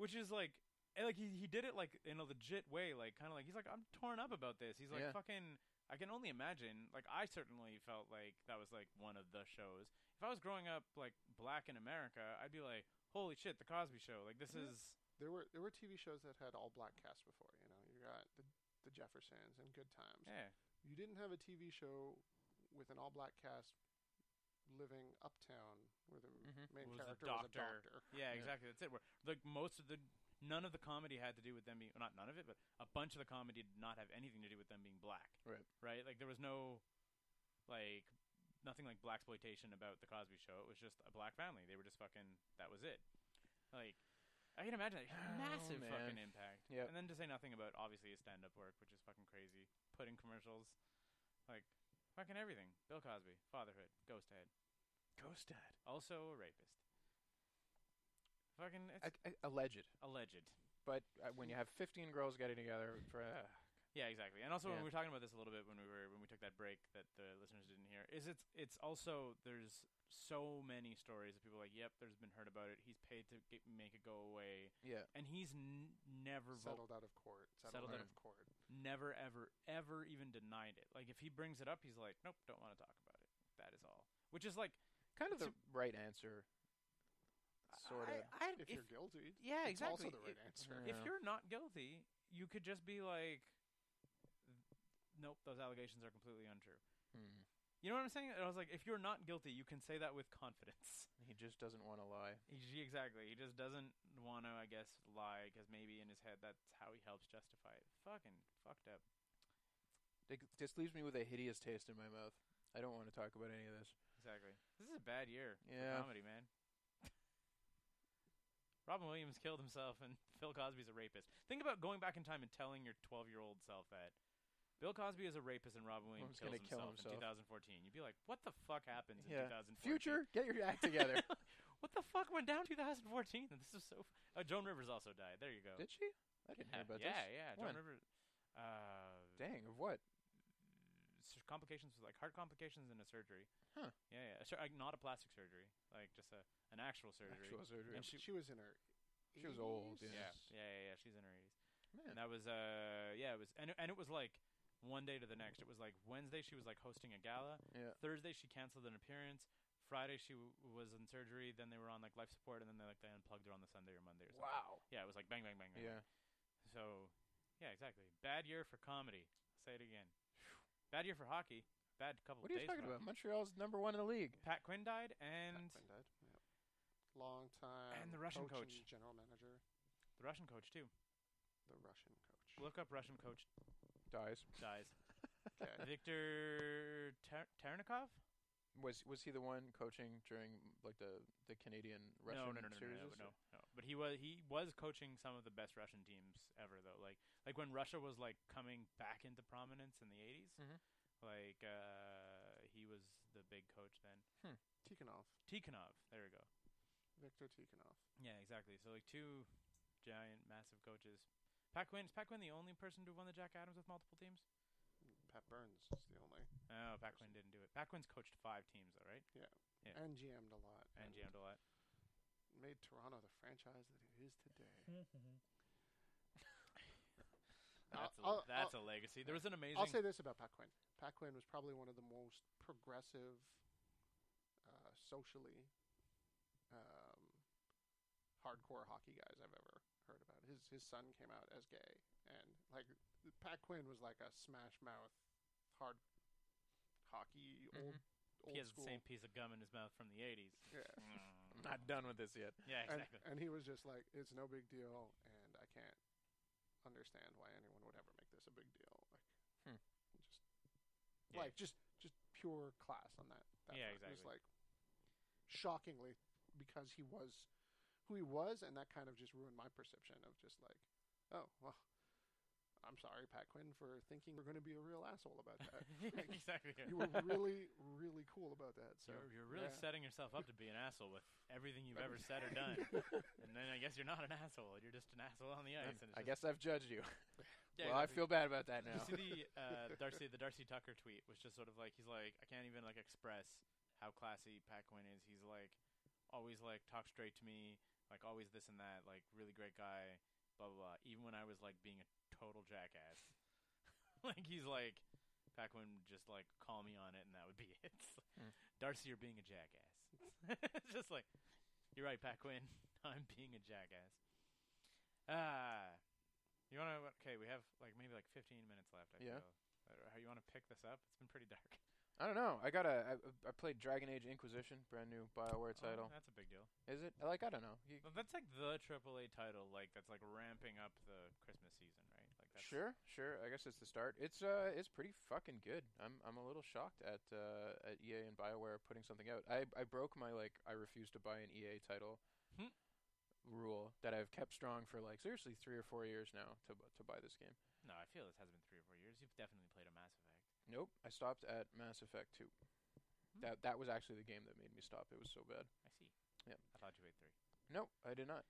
which is like, and like he he did it like in a legit way, like kind of like he's like I'm torn up about this. He's like
Yeah.
fucking. I can only imagine. Like I certainly felt like that was like one of the shows. If I was growing up like black in America, I'd be like, holy shit, the Cosby Show. Like this
Yeah.
is
There were there were TV shows that had all black cast before. You know, you got the the Jeffersons and Good Times.
yeah.
You didn't have a TV show with an all black cast living uptown where the
Mhm.
main
Was a
character was a
doctor.
doctor.
Yeah,
Yeah.
exactly. That's it. Where like most of the none of the comedy had to do with them being well, not none of it, but a bunch of the comedy did not have anything to do with them being black.
Right.
Right. Like there was no like nothing like black exploitation about the Cosby Show. It was just a black family. They were just fucking. That was it. Like I can imagine that
Oh,
massive
man.
fucking impact.
Yep.
And then to say nothing about obviously his stand up work, which is fucking crazy. Put in commercials, like fucking everything. Bill Cosby, fatherhood, ghost head,
Ghost Dad.
also a rapist. Fucking it's
I, I, alleged,
alleged.
but uh, when you have 15 girls getting together, for, uh,
Yeah, exactly. And also
Yeah.
when we were talking about this a little bit when we were when we took that break that the listeners didn't hear is it's it's also there's so many stories of people like yep there's been heard about it he's paid to get, make it go away
Yeah.
and he's n- never vo-
Settled out of court.
Settled
Settled, out
out.
of court.
never ever ever even denied it like if he brings it up he's like nope don't want to talk about it that is all which is like
Kind of the
So-
right answer. Sort of.
I, I-
If, you're guilty,
yeah
it's
exactly
also the right
If-
answer.
if
Yeah.
you're not guilty, you could just be like, nope, those allegations are completely untrue.
Hmm.
You know what I'm saying? And I was like, if you're not guilty, you can say that with confidence. (laughs)
He just doesn't want to lie.
He j- exactly. He just doesn't want to, I guess, lie because maybe in his head that's how he helps justify it. Fucking fucked up.
It just leaves me with a hideous taste in my mouth. I don't want to talk about any of this.
Exactly. This is a bad year
Yeah.
for comedy, man. (laughs) Robin Williams killed himself, and (laughs) Bill Cosby's a rapist. Think about going back in time and telling your 12 year old self that. Bill Cosby is a rapist, and Robin Williams
Williams gonna
kills
kill
himself,
himself.
in 2014. You'd be like, what the fuck happens
Yeah.
in 2014?
Future, get your act (laughs) together.
(laughs) what the fuck went down in 2014? (laughs) This is so. F- oh, Joan Rivers also died. There you go.
Did she? I didn't
yeah,
hear about
yeah,
this.
yeah.
When?
Joan Rivers. Uh,
Dang, of what?
s- complications with like heart complications and a surgery.
Huh.
Yeah, yeah. A sur- like, not a plastic surgery, like just a an actual surgery.
Actual surgery.
And
she,
she-
was in her.
She was old,
80s?
yeah, yeah, yeah, yeah. She's in her eighties.
Man.
And that was uh, yeah, it was and it, and it was like one day to the next. It was like Wednesday she was like hosting a gala.
Yeah.
Thursday she canceled an appearance. Friday she w- was in surgery. Then they were on like life support, and then they like they unplugged her on the Sunday or Monday or something.
Wow.
Yeah, it was like bang, bang, bang, bang.
Yeah.
So, yeah, exactly. Bad year for comedy. Say it again. Bad year for hockey. Bad couple.
What are you
days
talking
for
about?
hockey.
Montreal's number one in the league.
Pat Quinn died,
Pat
and
Quinn died, yeah. Long time.
the Russian coach.
and general manager.
the Russian coach too.
The Russian coach.
Look up Russian
(laughs)
coach
Dies.
dies.
Okay.
Victor Ter- Ternikov?
Was was he the one coaching during like the the Canadian
no,
Russian
no, no, no,
series?
no, no, no, no. But he was he was coaching some of the best Russian teams ever though. Like like when Russia was like coming back into prominence in the 80s.
Mhm.
Like uh, he was the big coach then.
Tikhonov.
Tikhonov. There we go.
Victor Tikhonov.
Yeah, exactly. So like two giant, massive coaches. Pat Quinn is Pat Quinn the only person to have won the Jack Adams with multiple teams?
Pat Burns is the only.
Oh, Pat Quinn didn't do it. Pat Quinn's coached five teams, though, right? Yeah.
And GM'd a lot.
And jammed a lot.
Made Toronto the franchise that it is today. I'll-
That's a,
I'll-
that's a legacy. There was an amazing.
I'll say this about Pat Quinn. Pat Quinn was probably one of the most progressive, uh, socially, um, hardcore hockey guys I've ever heard about. His his son came out as gay, and like Pat Quinn was like a smash mouth, hard hockey old old
he has
school.
the same piece of gum in his mouth from the 80s.
Yeah.
Mm.
(laughs)
I'm not done with this yet.
yeah,
and,
exactly.
and he was just like, "It's no big deal," and I can't understand why anyone would ever make this a big deal. Like,
Hmm.
just
Yeah.
like just just pure class on that. that
Yeah,
front. It was
exactly. (laughs)
like shockingly because he was who he was, and that kind of just ruined my perception of just like, oh well. I'm sorry, Pat Quinn, for thinking we're going to be a real asshole about
(laughs)
that. Like,
exactly.
you were really, really cool about that. So
You're, you're really
yeah.
setting yourself up to be an asshole with everything you've ever said or
(laughs)
done. and then I guess you're not an asshole. You're just an asshole (laughs) on the ice. and it's
I
just-
guess I've judged you.
Yeah,
well, I
exactly.
feel bad about that now.
Did (laughs) you see the uh, Darcy the Darcy Tucker tweet was just sort of like he's like I can't even like express how classy Pat Quinn is. He's like always like talks straight to me, like always this and that, like really great guy, blah blah blah. Even when I was like being a total jackass, (laughs) like he's like Pat Quinn would just like call me on it and that would be it. (laughs) It's like,
Hmm.
Darcy, you're being a jackass. (laughs) it's just like you're right, Pat Quinn. (laughs) I'm being a jackass. Ah. You want to? Okay, we have like maybe like 15 minutes left. I
Yeah.
feel. Uh, How you want to pick this up? It's been pretty dark.
I don't know. I got a. I, I played Dragon Age Inquisition, brand new Bioware
Oh,
title.
that's a big deal.
Is it like I don't know? You,
But that's like the AAA title, like that's like ramping up the Christmas season, right? Like that's
sure, sure. I guess it's the start. It's uh, it's pretty fucking good. I'm I'm a little shocked at uh at EA and Bioware putting something out. I I broke my like I refuse to buy an EA title
Hmm.
rule that I've kept strong for like seriously three or four years now to bu- to buy this game.
No, I feel this has been three or four years. You've definitely played a Mass Effect.
Nope, I stopped at Mass Effect Two.
Hmm.
That that was actually the game that made me stop. It was so bad.
I see.
Yep.
I thought you played three.
Nope, I did not.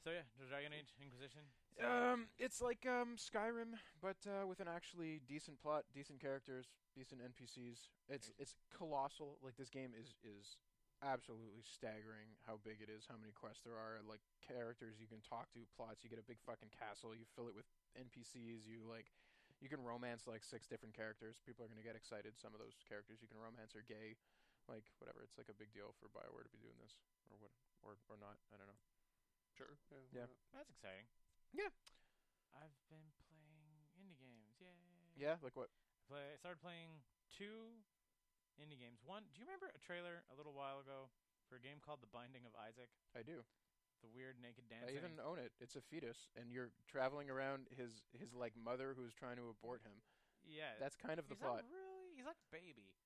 So yeah, the Dragon Age Inquisition. So-
Um, it's like um, Skyrim, but uh, with an actually decent plot, decent characters, decent NPCs. It's
There's-
it's colossal. Like this game is is absolutely staggering. How big it is, how many quests there are, like characters you can talk to, plots. You get a big fucking castle. You fill it with NPCs. You like. You can romance like six different characters. People are going to get excited. Some of those characters you can romance are gay, like whatever. It's like a big deal for Bioware to be doing this, or what, or or not. I don't know.
Sure. Yeah. why
Yeah.
not?
that's exciting.
Yeah.
I've been playing indie games. Yay.
Yeah, like what?
Play, I started playing two indie games. One, do you remember a trailer a little while ago for a game called The Binding of Isaac?
I do.
The weird naked
I
dancing.
even own it. It's a fetus, and you're traveling around his his like mother who's trying to abort him.
yeah.
That's kind of the
Uh, he's
plot.
Not really, he's like a baby,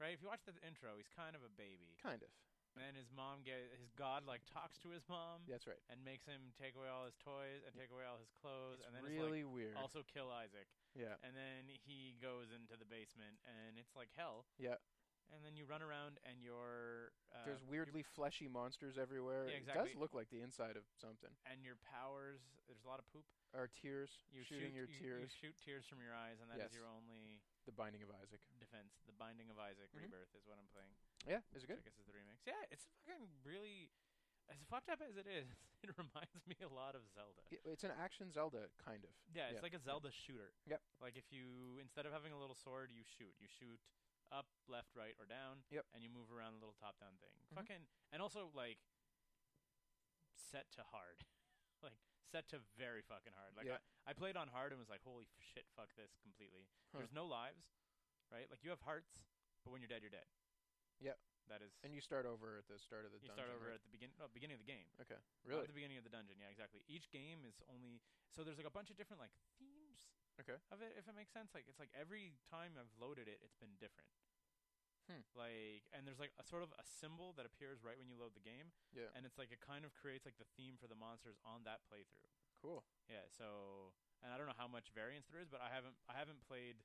right? If you watch the intro, he's kind of a baby,
Kind of.
and his mom get his god like talks to his mom
That's right.
and makes him take away all his toys and take away all his clothes,
It's
and then
really
it's
weird.
like also kill Isaac,
yeah.
and then he goes into the basement, and it's like hell.
Yeah.
And then you run around, and you're uh,
There's
your-
weirdly fleshy monsters everywhere.
Yeah,
It
exactly.
does look like the inside of something.
and your powers. There's a lot of poop.
Or tears.
You shoot,
shooting your
you,
tears.
You shoot tears from your eyes, and that is
Yes.
your only
the Binding of Isaac.
defense. The Binding of Isaac
Mhm.
Rebirth is what I'm playing.
Yeah. Is it
which
good?
I guess is the remix. Yeah, it's fucking really as fucked up as it is. (laughs) It reminds me a lot of Zelda.
I- It's an action Zelda, kind of.
Yeah, it's
Yeah.
like a Zelda shooter.
Yep.
Like if you instead of having a little sword, you shoot. You shoot up, left, right, or down.
Yep.
And you move around the little top-down thing.
Mhm.
Fucking and also like set to hard, (laughs) like set to very fucking hard. Like
Yeah.
I, I played on hard and was like, holy f- shit, fuck this completely.
Huh.
There's no lives, right? Like you have hearts, but when you're dead, you're dead.
Yep.
That is.
And you start over at the start of the
you
dungeon.
start over at
right?
the begin- no, beginning of the game.
Okay.
Not
Really?
At the beginning of the dungeon, yeah, exactly. Each game is only so there's like a bunch of different like themes.
Okay.
Of it, if it makes sense, like it's like every time I've loaded it, it's been different.
Hmm.
Like, and there's like a sort of a symbol that appears right when you load the game.
Yeah.
And it's like it kind of creates like the theme for the monsters on that playthrough.
Cool.
Yeah. So, and I don't know how much variance there is, but I haven't I haven't played.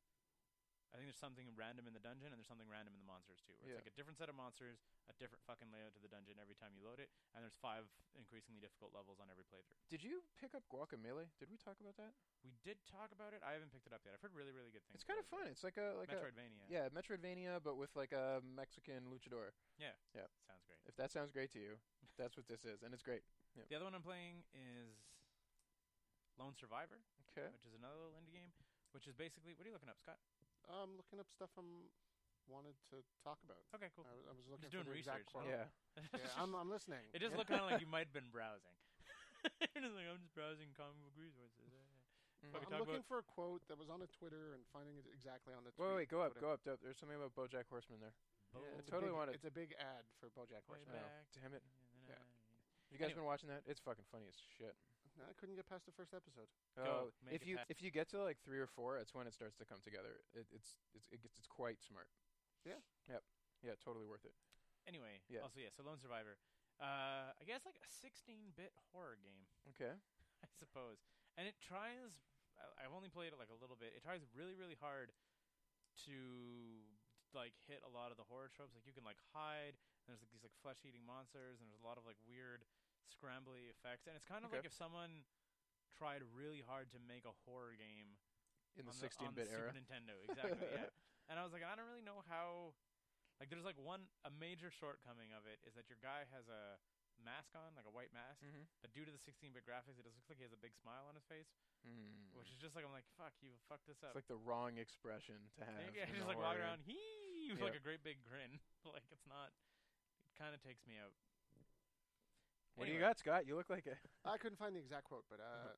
I think there's something random in the dungeon, and there's something random in the monsters too. Where It's
Yeah.
like a different set of monsters, a different fucking layout to the dungeon every time you load it, and there's five increasingly difficult levels on every playthrough.
Did you pick up Guacamele? Did we talk about that?
We did talk about it. I haven't picked it up yet. I've heard really really good things.
It's kind of
about
fun.
it,
It's like a
but
like a
Metroidvania.
Yeah, Metroidvania, but with like a Mexican luchador.
Sounds great.
If that sounds great to you, that's what this is, and it's great.
The other one I'm playing is Lone Survivor,
Okay.
which is another little indie game, which is basically what are you looking up, Scott?
(laughs) I'm looking up stuff I'm wanted to talk about.
Okay, cool.
I, was- I was looking
doing
for the
research,
exact quote.
no?
Uh, Yeah.
(laughs)
Yeah, I'm, I'm listening.
It does
Yeah.
look kind of like you might have been browsing. (laughs) It is like, I'm just browsing comic book resources. Eh,
Mhm.
Fucking
Mm. I'm
talk
looking
about-
for a quote that was on a Twitter and finding it exactly on the.
Wait,
tweet,
wait, go up,
but it-
go up, go up. There's something about BoJack Horseman there.
Yeah, it's a
totally
big-
wanted-
It's a big ad for BoJack
Way
Horseman.
Oh,
back.
damn it!
Yeah.
You guys
Anyway.
been watching that? It's fucking funny as shit.
No, I couldn't get past the first episode.
Go,
Oh,
make it
if you
pat-
if you get to like three or four, it's when it starts to come together. It, it's it's it gets, it's quite smart.
Yeah.
Yep. Yeah. Totally worth it.
Anyway,
Yeah.
also yeah, so Lone Survivor. Uh, I guess like a 16-bit horror game,
Okay.
(laughs) I suppose, and it tries. I, I've only played it like a little bit. It tries really, really hard to like hit a lot of the horror tropes. Like you can like hide. And there's like these like flesh-eating monsters, and there's a lot of like weird scrambly effects. And it's kind of
Okay.
like if someone tried really hard to make a horror game
In the
on on
16-bit
the
era.
Super Nintendo, exactly.
(laughs)
yeah. And I was like, I don't really know how. Like, there's like one a major shortcoming of it is that your guy has a mask on, like a white mask,
Mhm.
but due to the 16-bit graphics, it just looks like he has a big smile on his face,
Mm.
which is just like I'm like, fuck, you fucked this up.
It's
(laughs)
like the wrong expression to have.
And
in
yeah,
a
just like walking
horror.
around, hee, with
Yeah.
like a great big grin. (laughs) like it's not. It kind of takes me out.
What do you
Anyway.
got, Scott? You look like a.
I couldn't find the exact quote, but
Uh-huh.
uh,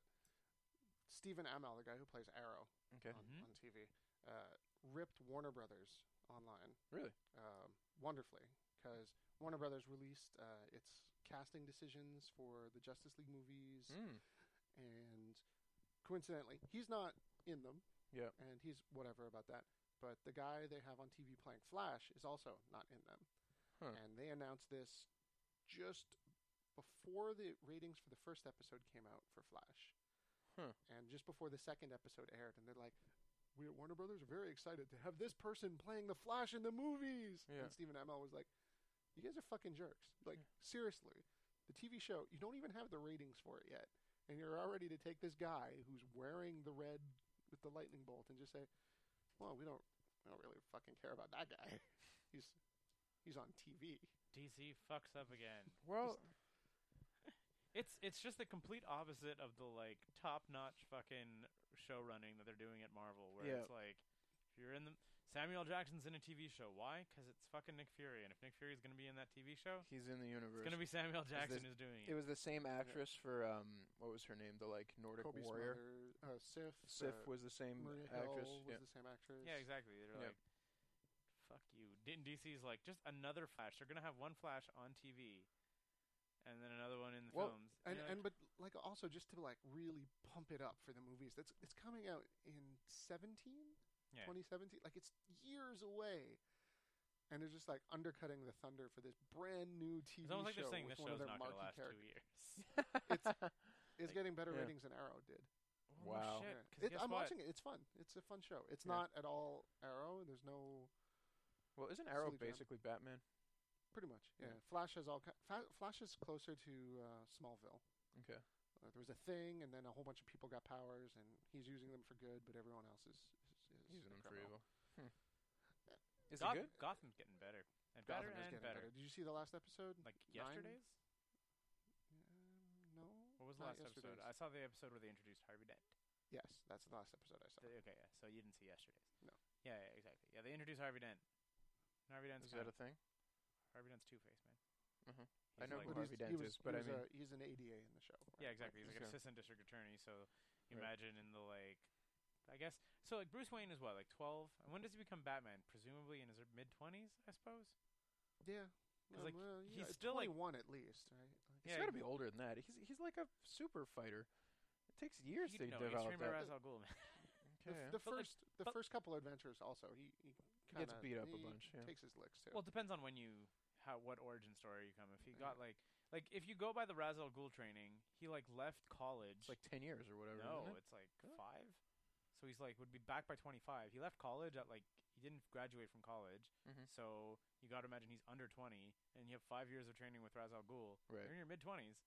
Stephen Amell, the guy who plays Arrow
(laughs) Okay.
on,
Mhm.
on TV, uh, ripped Warner Brothers online
Really?
um, wonderfully because Warner Brothers released uh, its casting decisions for the Justice League movies,
Mm.
and coincidentally, he's not in them.
Yeah.
and he's whatever about that. But the guy they have on TV playing Flash is also not in them,
Huh.
and they announced this just before the ratings for the first episode came out for Flash,
Huh.
and just before the second episode aired, and they're like. We at Warner Brothers are very excited to have this person playing the Flash in the movies.
Yeah.
And Stephen Amell was like, "You guys are fucking jerks. Like seriously, The TV show, you don't even have the ratings for it yet, and you're already to take this guy who's wearing the red with the lightning bolt and just say, "Well, we don't, we don't really fucking care about that guy. (laughs) he's, he's on TV."
DC fucks up again.
Well,
It's it's just the complete opposite of the like top notch fucking show running that they're doing at Marvel, where
Yeah.
it's like if you're in the Samuel Jackson's in a TV show. Why? Because it's fucking Nick Fury, and if Nick Fury's gonna be in that TV show,
he's in the universe.
it's gonna be Samuel Jackson who's
this-
doing it.
It was the same actress for um, what was her name? The like Nordic
Kobe's
warrior.
mother, uh, Sif,
Sif
uh,
was the same
Maria
actress.
Hill was
yeah.
the same actress.
yeah, exactly. They're
Yeah.
like, fuck you. D- DC's like just another Flash. They're gonna have one Flash on TV, and then another one in the
Well,
films.
And
you're
and
like,
but like also just to like really pump it up for the movies. That's it's coming out in 17,
Yeah.
2017. Like it's years away. And they're just like undercutting the thunder for this brand new TV
it's almost like
show
they're saying
with
this
one of
show's
their
not gonna
marquee
last
characters.
two years. (laughs)
It's
like-
getting better
Yeah.
ratings than Arrow did.
Well, no
Wow.
shit,
Yeah.
'cause
It-
guess
I'm
what?
watching it. It's fun. It's a fun show. It's
Yeah.
not at all Arrow. There's no
Well, isn't Arrow
Sleep Jam.
basically Batman?
pretty much. Yeah.
Yeah.
Flash has all. ki- Fa- Flash is closer to uh, Smallville.
Okay.
uh, there was a thing, and then a whole bunch of people got powers, and he's using them for good, but everyone else is, is, is
He's an
a
for evil.
criminal.
Hmm. Is
Goth-
it good?
Gotham's getting better and
Gotham
better
is
and
getting
better.
Did you see the last episode?
Like
Nine?
yesterday's?
Um, no.
What was the
not
last episode?
yesterday's.
I saw the episode where they introduced Harvey Dent.
yes, that's the last episode I saw.
The- okay, yeah. So you didn't see yesterday's.
No.
Yeah, yeah, exactly. Yeah, they introduced Harvey Dent. And Harvey Dent's
Is that
kinda-
a thing?
Harvey Dent's Two Face, man.
Mhm.
He's
I know
like,
who
But
Harvey
he's-
Dent
he was,
is, but
he
I
was
mean-
a- he's an ADA in the show.
Yeah,
right?
exactly. He's like an
Okay.
assistant district attorney. So you
Right.
imagine in the like, I guess. So like Bruce Wayne is what like twelve. And when does he become Batman? Presumably in his mid twenties, I suppose.
Yeah. Um,
'Cause, like,
well,
he's
yeah, it's
still, like-
21 at least, right? Like,
He's
Yeah,
got to
he-
be older than that. He's he's like a super fighter. It takes years
You
to
know,
develop
Extreme
that.
Ra's al Ghul, man.
the,
Okay.
f- the
But, like,
first, the
but-
first couple adventures also he, he
He gets
kinda-
beat up a
he
bunch, yeah.
Takes his licks too.
Well, it depends on when you how what origin story you come. If he
Yeah.
got like like if you go by the Ra's al Ghul training, he like left college.
It's like ten years or whatever.
no,
isn't it?
it's like
Really?
five. So he's like would be back by twenty five. He left college at like he didn't graduate from college,
Mhm.
so you got to imagine he's under twenty, and you have five years of training with Ra's al Ghul.
Right.
You're in your mid twenties,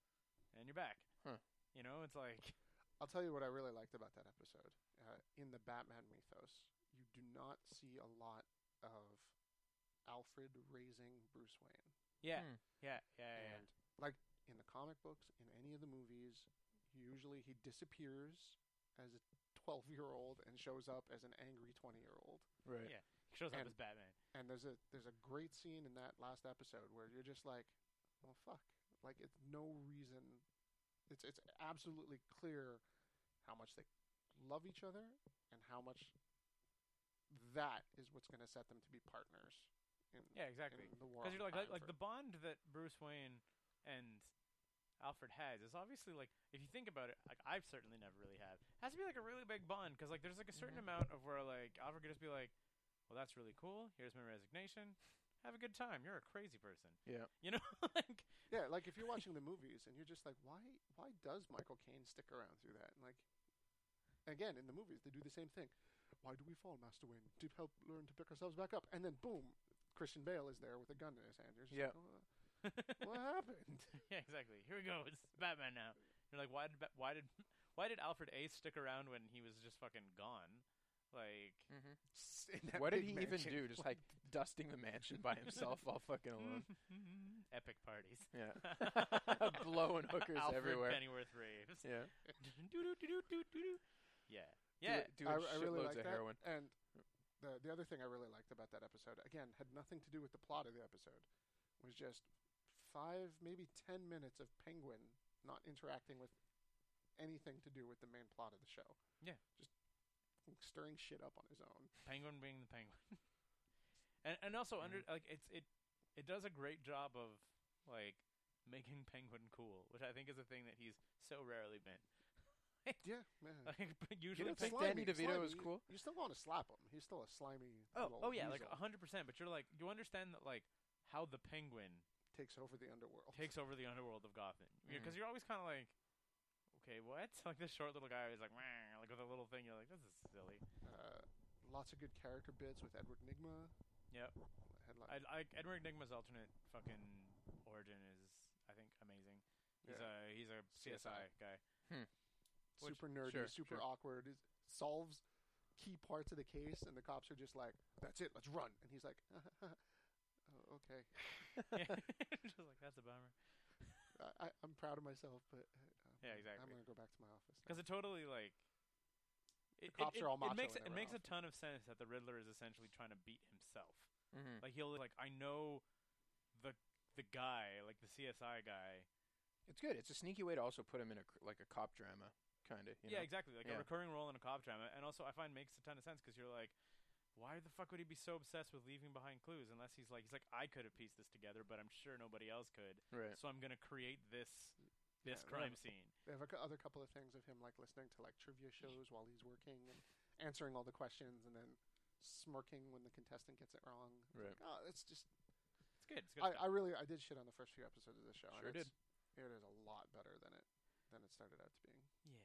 and you're back.
Huh.
You know, it's like (laughs)
I'll tell you what I really liked about that episode. Uh, in the Batman mythos, you do not see a lot of Alfred raising Bruce Wayne.
yeah,
Hmm.
yeah, yeah, yeah, yeah.
And like in the comic books, in any of the movies, usually he disappears as a 12 year old and shows up as an angry 20 year old.
right.
yeah. He shows up
And-
as Batman.
And there's a there's a great scene in that last episode where you're just like, well, fuck. Like it's no reason. It's it's absolutely clear how much they love each other and how much that is what's going to set them to be partners. In,
Yeah, exactly.
In the war
Because
on
you're like,
crime
like, like
for-
the bond that Bruce Wayne and Alfred has is obviously like if you think about it, like I've certainly never really had. Has to be like a really big bond because like there's like a certain
Mhm.
amount of where like Alfred could just be like, well, that's really cool. Here's my resignation. Have a good time. You're a crazy person.
Yeah.
You know, (laughs) like
yeah, like if you're watching the movies and you're just like, why why does Michael Caine stick around through that? And like, again, in the movies they do the same thing. Why do we fall, Master Wayne? To help learn to pick ourselves back up, and then boom, Christian Bale is there with a gun in his hand. You're just like, "Oh, what happened?
(laughs)
(laughs)
yeah, exactly. Here we go. It's Batman now. You're like, why did Ba- why did (laughs) why did Alfred A stick around when he was just fucking gone? Like,
Mm-hmm. In that
What did he
big
even
mansion.
do? Just like dusting the mansion by himself, all
Mm.
fucking alone.
(laughs) epic parties.
Yeah. (laughs) Blowing hookers
Alfred
everywhere.
Pennyworth raves. (laughs)
Yeah.
Doo-doo-doo-doo-doo-doo. yeah. Yeah.
Do, doing
I, I
shitloads
really like
of
that.
heroin.
And the the other thing I really liked about that episode, again, had nothing to do with the plot of the episode, was just five, maybe ten minutes of Penguin not interacting with anything to do with the main plot of the show.
Yeah.
just stirring shit up on his own.
Penguin being the penguin. (laughs) and and also under
Mm-hmm.
like it's it it does a great job of like making penguin cool, which I think is a thing that he's so rarely been.
Yeah,
Mm.
man.
(laughs) Like
You
usually
don't think
Penguin-
Uh, Danny DeVito is
slimy.
cool?
You still want to slap him? He's still a slimy.
Oh,
little
oh yeah, like
weasel.
like 100%, but you're like you understand that like how the penguin
takes over the
Oh.
underworld.
takes over the underworld of Gotham. Because
Mhm.
you're always kind of like, okay, what? (laughs) Like this short little guy is like, "Meh," like with a little thing. You're like, this is silly.
Uh, lots of good character bits with Edward Nigma.
Yep.
Had like
I, I, Edward Enigma's alternate fucking origin is I think amazing.
Yeah.
He's a he's a CSI,
CSI.
(laughs)
guy. (laughs) Which-
super nerdy,
sure,
super
sure.
awkward. It solves key parts of the case, and the cops are just like, "That's it, let's run." And he's like, (laughs) "Oh, "Okay,
Just like that's a bummer.
I, I, I'm proud of myself, but uh, um,
Yeah,
I'm
exactly.
gonna go back to my office."
Because it totally like it,
cops
it,
are all
it
macho
makes
when
it, it
they run
makes a
off.
ton of sense that the Riddler is essentially trying to beat himself.
Mm-hmm.
Like he'll like I know the the guy like the CSI guy.
It's good. It's a sneaky way to also put him in a cr- like a cop drama kind of.
yeah, exactly. Like
Yeah.
a recurring role in a cop drama, and also I find makes a ton of sense because you're like, why the fuck would he be so obsessed with leaving behind clues unless he's like he's like I could have pieced this together, but I'm sure nobody else could.
Right.
(laughs) So I'm gonna create this
Yeah,
this
right.
crime scene.
They have a cou- other couple of things of him like listening to like trivia shows while he's working and answering all the questions, and then smirking when the contestant gets it wrong. It's
Right.
like, oh, it's just.
It's good. It's good.
I,
stuff.
I really I did shit on the first few episodes of this show.
Sure
and it's- It is a lot better than it than it started out to being,
yeah.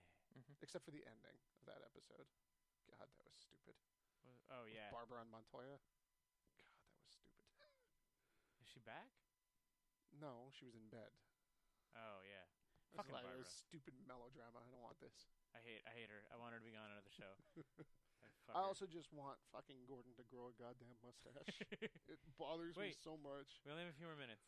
except for the ending of that episode. God, that was stupid.
What- Oh
with
yeah.
Barbara and Montoya. God, that was stupid.
Is she back?
No, she was in bed.
Oh yeah.
This is
Fucking
like a
Barbara.
stupid melodrama. I don't want this.
I hate I hate her. I want her to be on another
(laughs)
show. That
I
fucker.
also just want fucking Gordon to grow a goddamn
(laughs)
mustache. it bothers me
Wait.
so much.
we only have a few more minutes,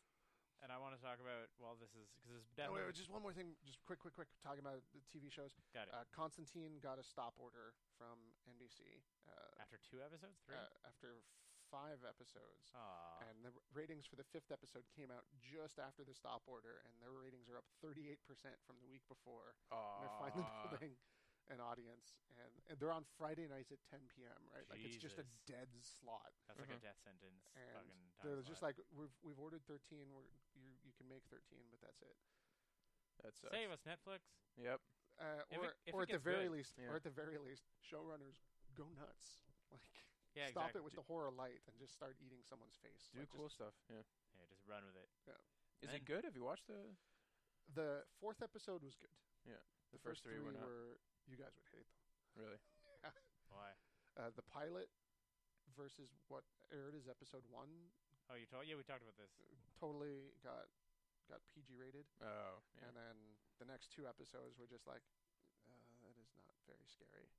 and I want to talk about while this is because it's
Oh,
definitely
wait, wait, just one more thing. Just quick, quick, quick. Talking about the TV shows.
got it
Uh, Constantine got a stop order from NBC uh,
after two episodes, three.
uh, after five episodes.
Aw.
And the r- ratings for the fifth episode came out just after the stop order, and their ratings are up 38% from the week before. and they're finally
Ah.
Aw.
building an audience, and, and they're on Friday nights at 10 p.m. Right, like it's just a
Jesus.
dead slot,
That's like
Mhm.
a death sentence.
mm-hmm. and
fucking time
they're
slot.
just like, we've we've ordered 13. We're, you you can make 13, but that's it.
That sucks.
save us Netflix.
Yep.
Uh,
If it-
or
if
or
it gets
at the very
good.
least,
Yeah.
or at the very least, showrunners go nuts. Like
Yeah,
stop
exactly.
it with
Do-
the horror light and just start eating someone's face.
Do
Like, just-
cool stuff. Yeah.
yeah, just run with it.
Yeah.
Is
And-
it good? Have you watched the
the fourth episode was good.
the first three? were not
were you guys would hate them.
really.
Why?
Uh, the pilot versus what aired as episode one
Oh, you told? Yeah, we talked about this.
totally got got PG rated,
Oh. Yeah.
and then the next two episodes were just like, uh, that is not very scary.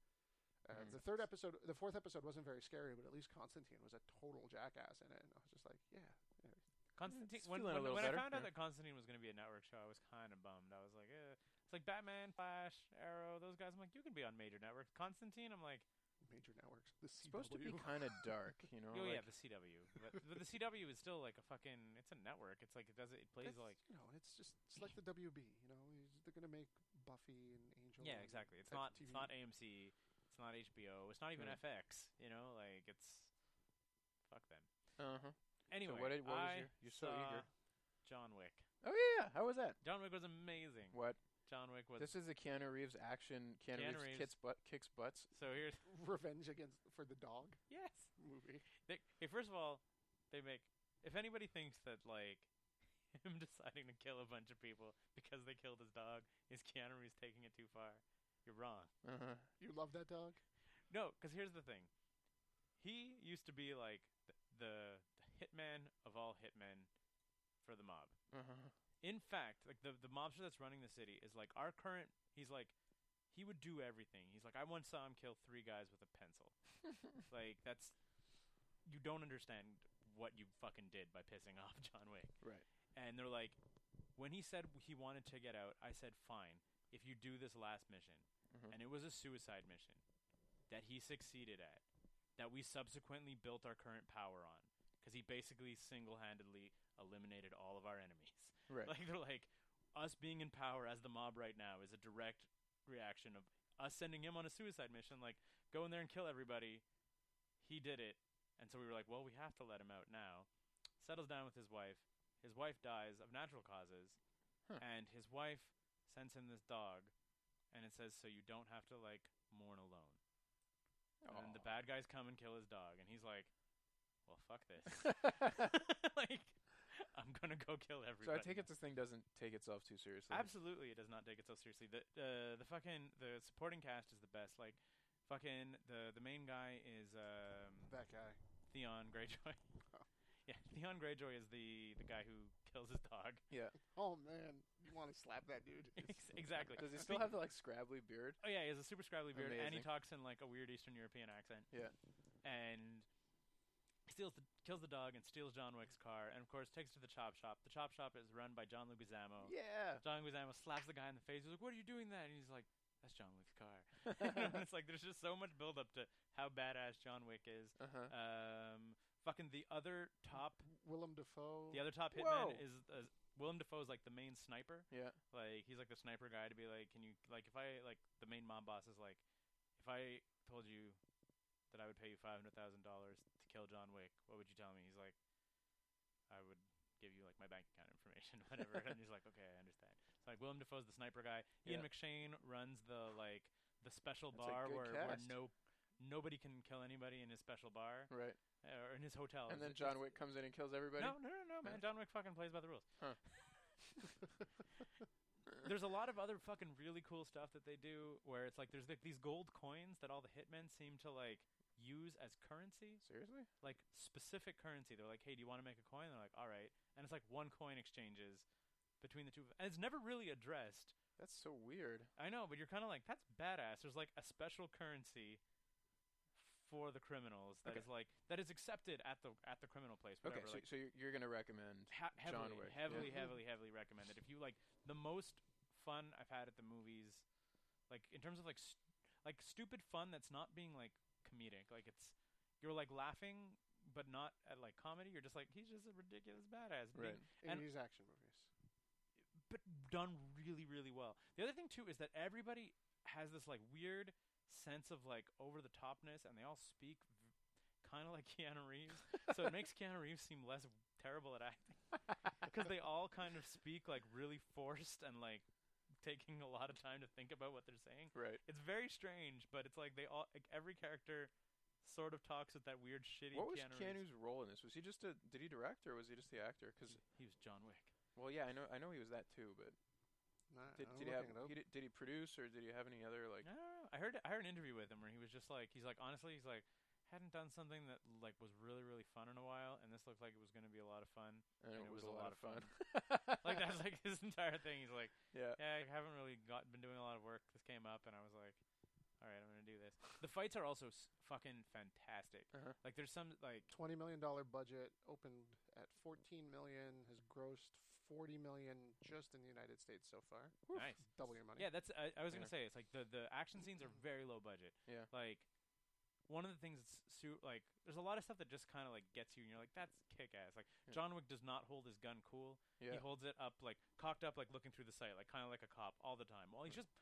Uh,
Mm.
The third episode, the fourth episode wasn't very scary, but at least Constantine was a total jackass in it, and I was just like, yeah,
Constantine.
it's
When,
feeling
when,
a little
when
better,
I found out
yeah.
that Constantine was going to be a network show, I was kind of bummed. I was like, eh. it's like Batman, Flash, Arrow, those guys. I'm like, you can be on major networks. Constantine, I'm like,
major networks. The
It's supposed to be
(laughs) CW.
kind of dark, you know.
oh yeah, the
like-
CW. But, but the CW is still like a fucking. It's a network. It's like it does it. It plays
That's,
like.
you know, it's just it's like the WB. You know, they're gonna make Buffy and Angel.
Yeah,
and
exactly. It's
type
not.
TV.
It's not AMC. It's not HBO. It's not even
Yeah.
FX. You know, like it's. Fuck them.
Uh-huh.
Anyway,
what did- what was
I
your- you're so eager.
saw John Wick.
Oh yeah, yeah. How was that?
John Wick was amazing.
What?
John Wick was.
This is the Keanu Reeves action. Keanu,
Keanu
Reeves,
Reeves.
kicks butt, kicks butts.
so here's
(laughs) Revenge against for the dog
yes.
movie.
They, hey, first of all, they make. If anybody thinks that like (laughs) him deciding to kill a bunch of people because they killed his dog is Keanu Reeves taking it too far, you're wrong.
Uh-huh.
You love that dog?
No, because here's the thing. He used to be like th- the, the hitman of all hitmen for the mob.
Uh-huh.
In fact, like the the mobster that's running the city is like our current. He's like, he would do everything. He's like, I once saw him kill three guys with a pencil. like that's, you don't understand what you fucking did by pissing off (laughs) John Wick.
Right.
And they're like, when he said he wanted to get out, I said, fine, if you do this last mission,
Mhm.
and it was a suicide mission that he succeeded at, that we subsequently built our current power on, because he basically single handedly eliminated all of our enemies.
Right.
(laughs)
(laughs)
Like they're like, us being in power as the mob right now is a direct reaction of us sending him on a suicide mission. Like, go in there and kill everybody. He did it, and so we were like, well, we have to let him out now. Settles down with his wife. His wife dies of natural causes,
Huh.
and his wife sends him this dog, and it says, so you don't have to like mourn alone. And then the
Aw.
bad guys come and kill his dog, and he's like, well, fuck
(laughs)
this. (laughs) like, I'm gonna go kill everybody.
so I take it this thing doesn't take itself too seriously.
Absolutely, it does not take itself seriously. The uh, the fucking the supporting cast is the best. Like, fucking the the main guy is um,
That guy.
(laughs)
Theon Greyjoy. Yeah, Theon Greyjoy is the the guy who kills his
(laughs)
dog.
Oh man, you want to slap that dude?
(laughs)
(laughs)
Ex- exactly.
Does he still have the like scrabbly beard?
Oh yeah, he has a super scrabbly beard, and he
Amazing.
talks in like a weird Eastern European accent.
Yeah.
and steals the, kills the dog and steals John Wick's car, and of course takes it to the chop shop. The chop shop is run by John Leguizamo.
Yeah. (laughs)
(laughs) John Leguizamo slaps the guy in the face. He's like, "What are you doing that?" And he's like, "That's John Wick's car."
(laughs)
And it's like there's just so much build up to how badass John Wick is.
Uh huh.
Um, fucking the other top,
Willem Dafoe.
the other top
Whoa.
hitman is. is Willem Dafoe is like the main sniper.
Yeah.
Like he's like the sniper guy to be like, can you like if I like the main mob boss is like, if I told you that I would pay you five hundred thousand dollars to kill John Wick, what would you tell me? He's like, I would give you like my bank account information, (laughs) whatever. and he's like, okay, I understand. It's like Willem Dafoe's the sniper guy. Ian
Yeah.
McShane runs the like the special
That's a
bar
good
where, where
cast.
no nobody can kill anybody in his special bar
Right.
uh, or in his hotel.
Hmm. And then
It's-
John
it's-
Wick comes in and kills everybody.
no, no, no, no, man. John Wick fucking plays by the rules.
Huh.
there's a lot of other fucking really cool stuff that they do where it's like there's like these gold coins that all the hitmen seem to like use as currency,
(laughs) Seriously?
like specific currency. They're like, "Hey, do you want to make a coin?" They're like, "All right." And it's like one coin exchanges between the two. of- And it's never really addressed.
That's so weird.
I know, but you're kind of like, "That's badass." There's like a special currency for the criminals that is
Okay.
like that is accepted at the at the criminal place. Whatever,
okay, so,
like,
so you're, you're gonna recommend?
ha- heavily,
Wick, yeah.
heavily, heavily, heavily recommended. If you like the most fun I've had at the movies, like in terms of like st- like stupid fun that's not being like comedic. Like it's you're like laughing but not at like comedy. You're just like he's just a ridiculous badass. being-
(laughs) Right.
And-
Eighties action movies.
but done really, really well. The other thing too is that everybody has this like weird sense of like over the topness, and they all speak v- kind of like (laughs) Keanu Reeves, so it makes Keanu Reeves seem less terrible at
(laughs)
acting because they all kind of speak like really forced and like taking a lot of time to think about what they're saying.
Right.
It's very strange, but it's like they all like every character sort of talks with that weird shitty
What was
Keanu Reeves.
Keanu's role in this? Was he just a? Did he direct or was he just the actor? Because
He was John Wick.
well, yeah, I know, I know he was that too. But
Nah,
did,
Uh, I'm
did he have?
looking it up.
He did, did he produce or did he have any other like?
I don't know. I heard I heard an interview with him where he was just like he's like honestly he's like hadn't done something that like was really really fun in a while and this looked like it was going to be a lot of fun. (laughs)
And
and
it was a lot of fun. (laughs)
like that's like his entire thing. He's like
yeah.
yeah I haven't really got been doing a lot of work. This came up and I was like all right I'm going to do this. The fights are also s- fucking fantastic.
Uh-huh.
Like there's some like
Twenty million dollar budget opened at fourteen million, has grossed forty million just in the United States so far.
nice
Double your money.
Yeah, that's. I, I was gonna
Yeah.
say it's like the the action scenes are very low budget.
Yeah.
Like, one of the things that's su- like there's a lot of stuff that just kind of like gets you, and you're like, that's kick ass. Like
Yeah.
John Wick does not hold his gun cool.
Yeah.
He holds it up like cocked up, like looking through the sight, like kind of like a cop all the time. Well, he's just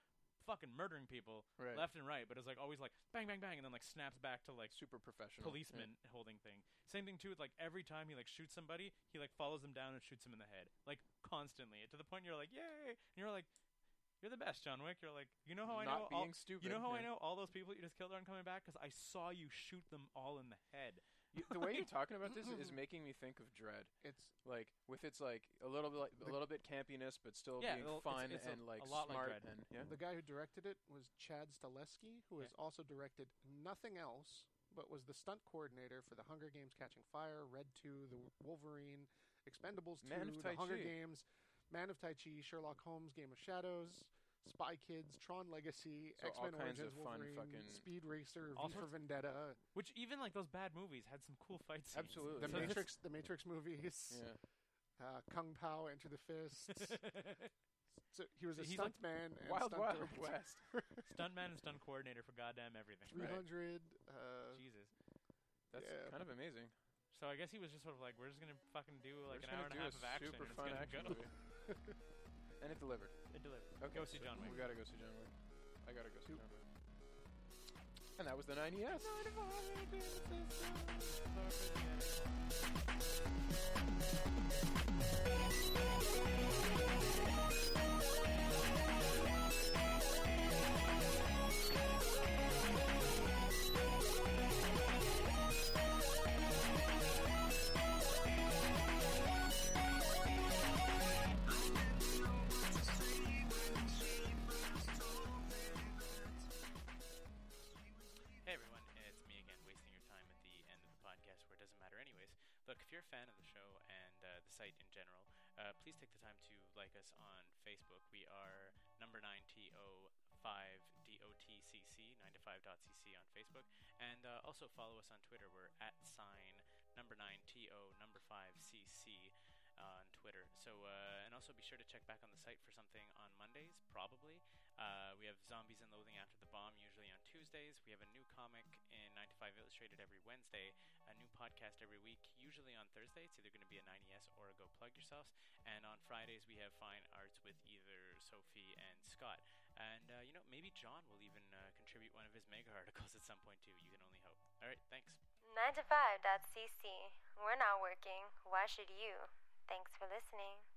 fucking murdering people
Hmm. Right.
left and right, but it's like always like bang bang bang, and then like snaps back to like
Super professional. Yeah.
policeman holding thing. Same thing too with like every time he like shoots somebody, he like follows them down and shoots him in the head. Like constantly. To the point you're like, Yay and you're like you're the best, John Wick. You're like, you know how I know
Not
all,
being stupid.
you know how I
yeah.
know all those people you just killed aren't coming back because I saw you shoot them all in the head.
You- the way you're talking about this
(laughs)
is making me think of Dread,
It's
like with its like a little bit like, a little bit campiness, but still
Yeah, well,
being
it's-
fun
it's a-
and like
a lot like
smart
Dredd.
and yeah.
the guy who directed it was Chad Stileski, who has also directed nothing else, but was the stunt coordinator for The Hunger Games: Catching Fire, Red Two, The Wolverine, Expendables Two,
Man of Tai
The Hunger
Chi.
Games, Man of Tai Chi, Sherlock Holmes: Game of Shadows. Spy Kids, Tron Legacy,
So all
X Men
kinds
Origins,
of fun
Wolverine,
fucking-
Speed Racer,
All
V for
sorts-
Vendetta,
Which even like those bad movies had some cool fights.
Absolutely. So
The
this-
Matrix, the Matrix movies,
yeah.
uh, Kung Pao, Enter the
(laughs)
Fist. so he was a
He's
stunt
like
man and
Wild
stunt
Wild
director.
West.
(laughs) stuntman and stunt coordinator for goddamn everything.
Right.
300. Uh,
Jesus.
That's
Yeah.
kind of amazing.
So I guess he was just sort of like, we're just gonna fucking do like
We're
an hour
just
and a
gonna
half of action.
do Super
and
fun
it's (laughs)
action
gonna
movie. (laughs) and it delivered.
Go. It delivered.
Okay,
Go see John Wick.
We gotta go see John Wick. I gotta go see John Wick. And that was the E 90s.
Hey everyone, it's me again, wasting your time at the uh, end of the podcast where it doesn't matter anyways. Look, if you're a fan of the uh, 9to5.cc on Facebook. And uh, also follow us on Twitter. We're at sign number 9to number 5cc on Twitter. So, uh, and also be sure to check back on the site for something on Mondays, probably. Uh, we have Zombies and Loathing After the Bomb usually on Tuesdays. We have a new comic in 9 to 5 Illustrated every Wednesday, a new podcast every week, usually on Thursday. It's either going to be a 90S or a Go Plug Yourselves. And on Fridays, we have Fine Arts with either Sophie and Scott. And, uh, you know, maybe John will even uh, contribute one of his mega (laughs) articles at some point, too. You can only hope. All right, thanks.
9to5.cc. We're not working. Why should you? Thanks for listening.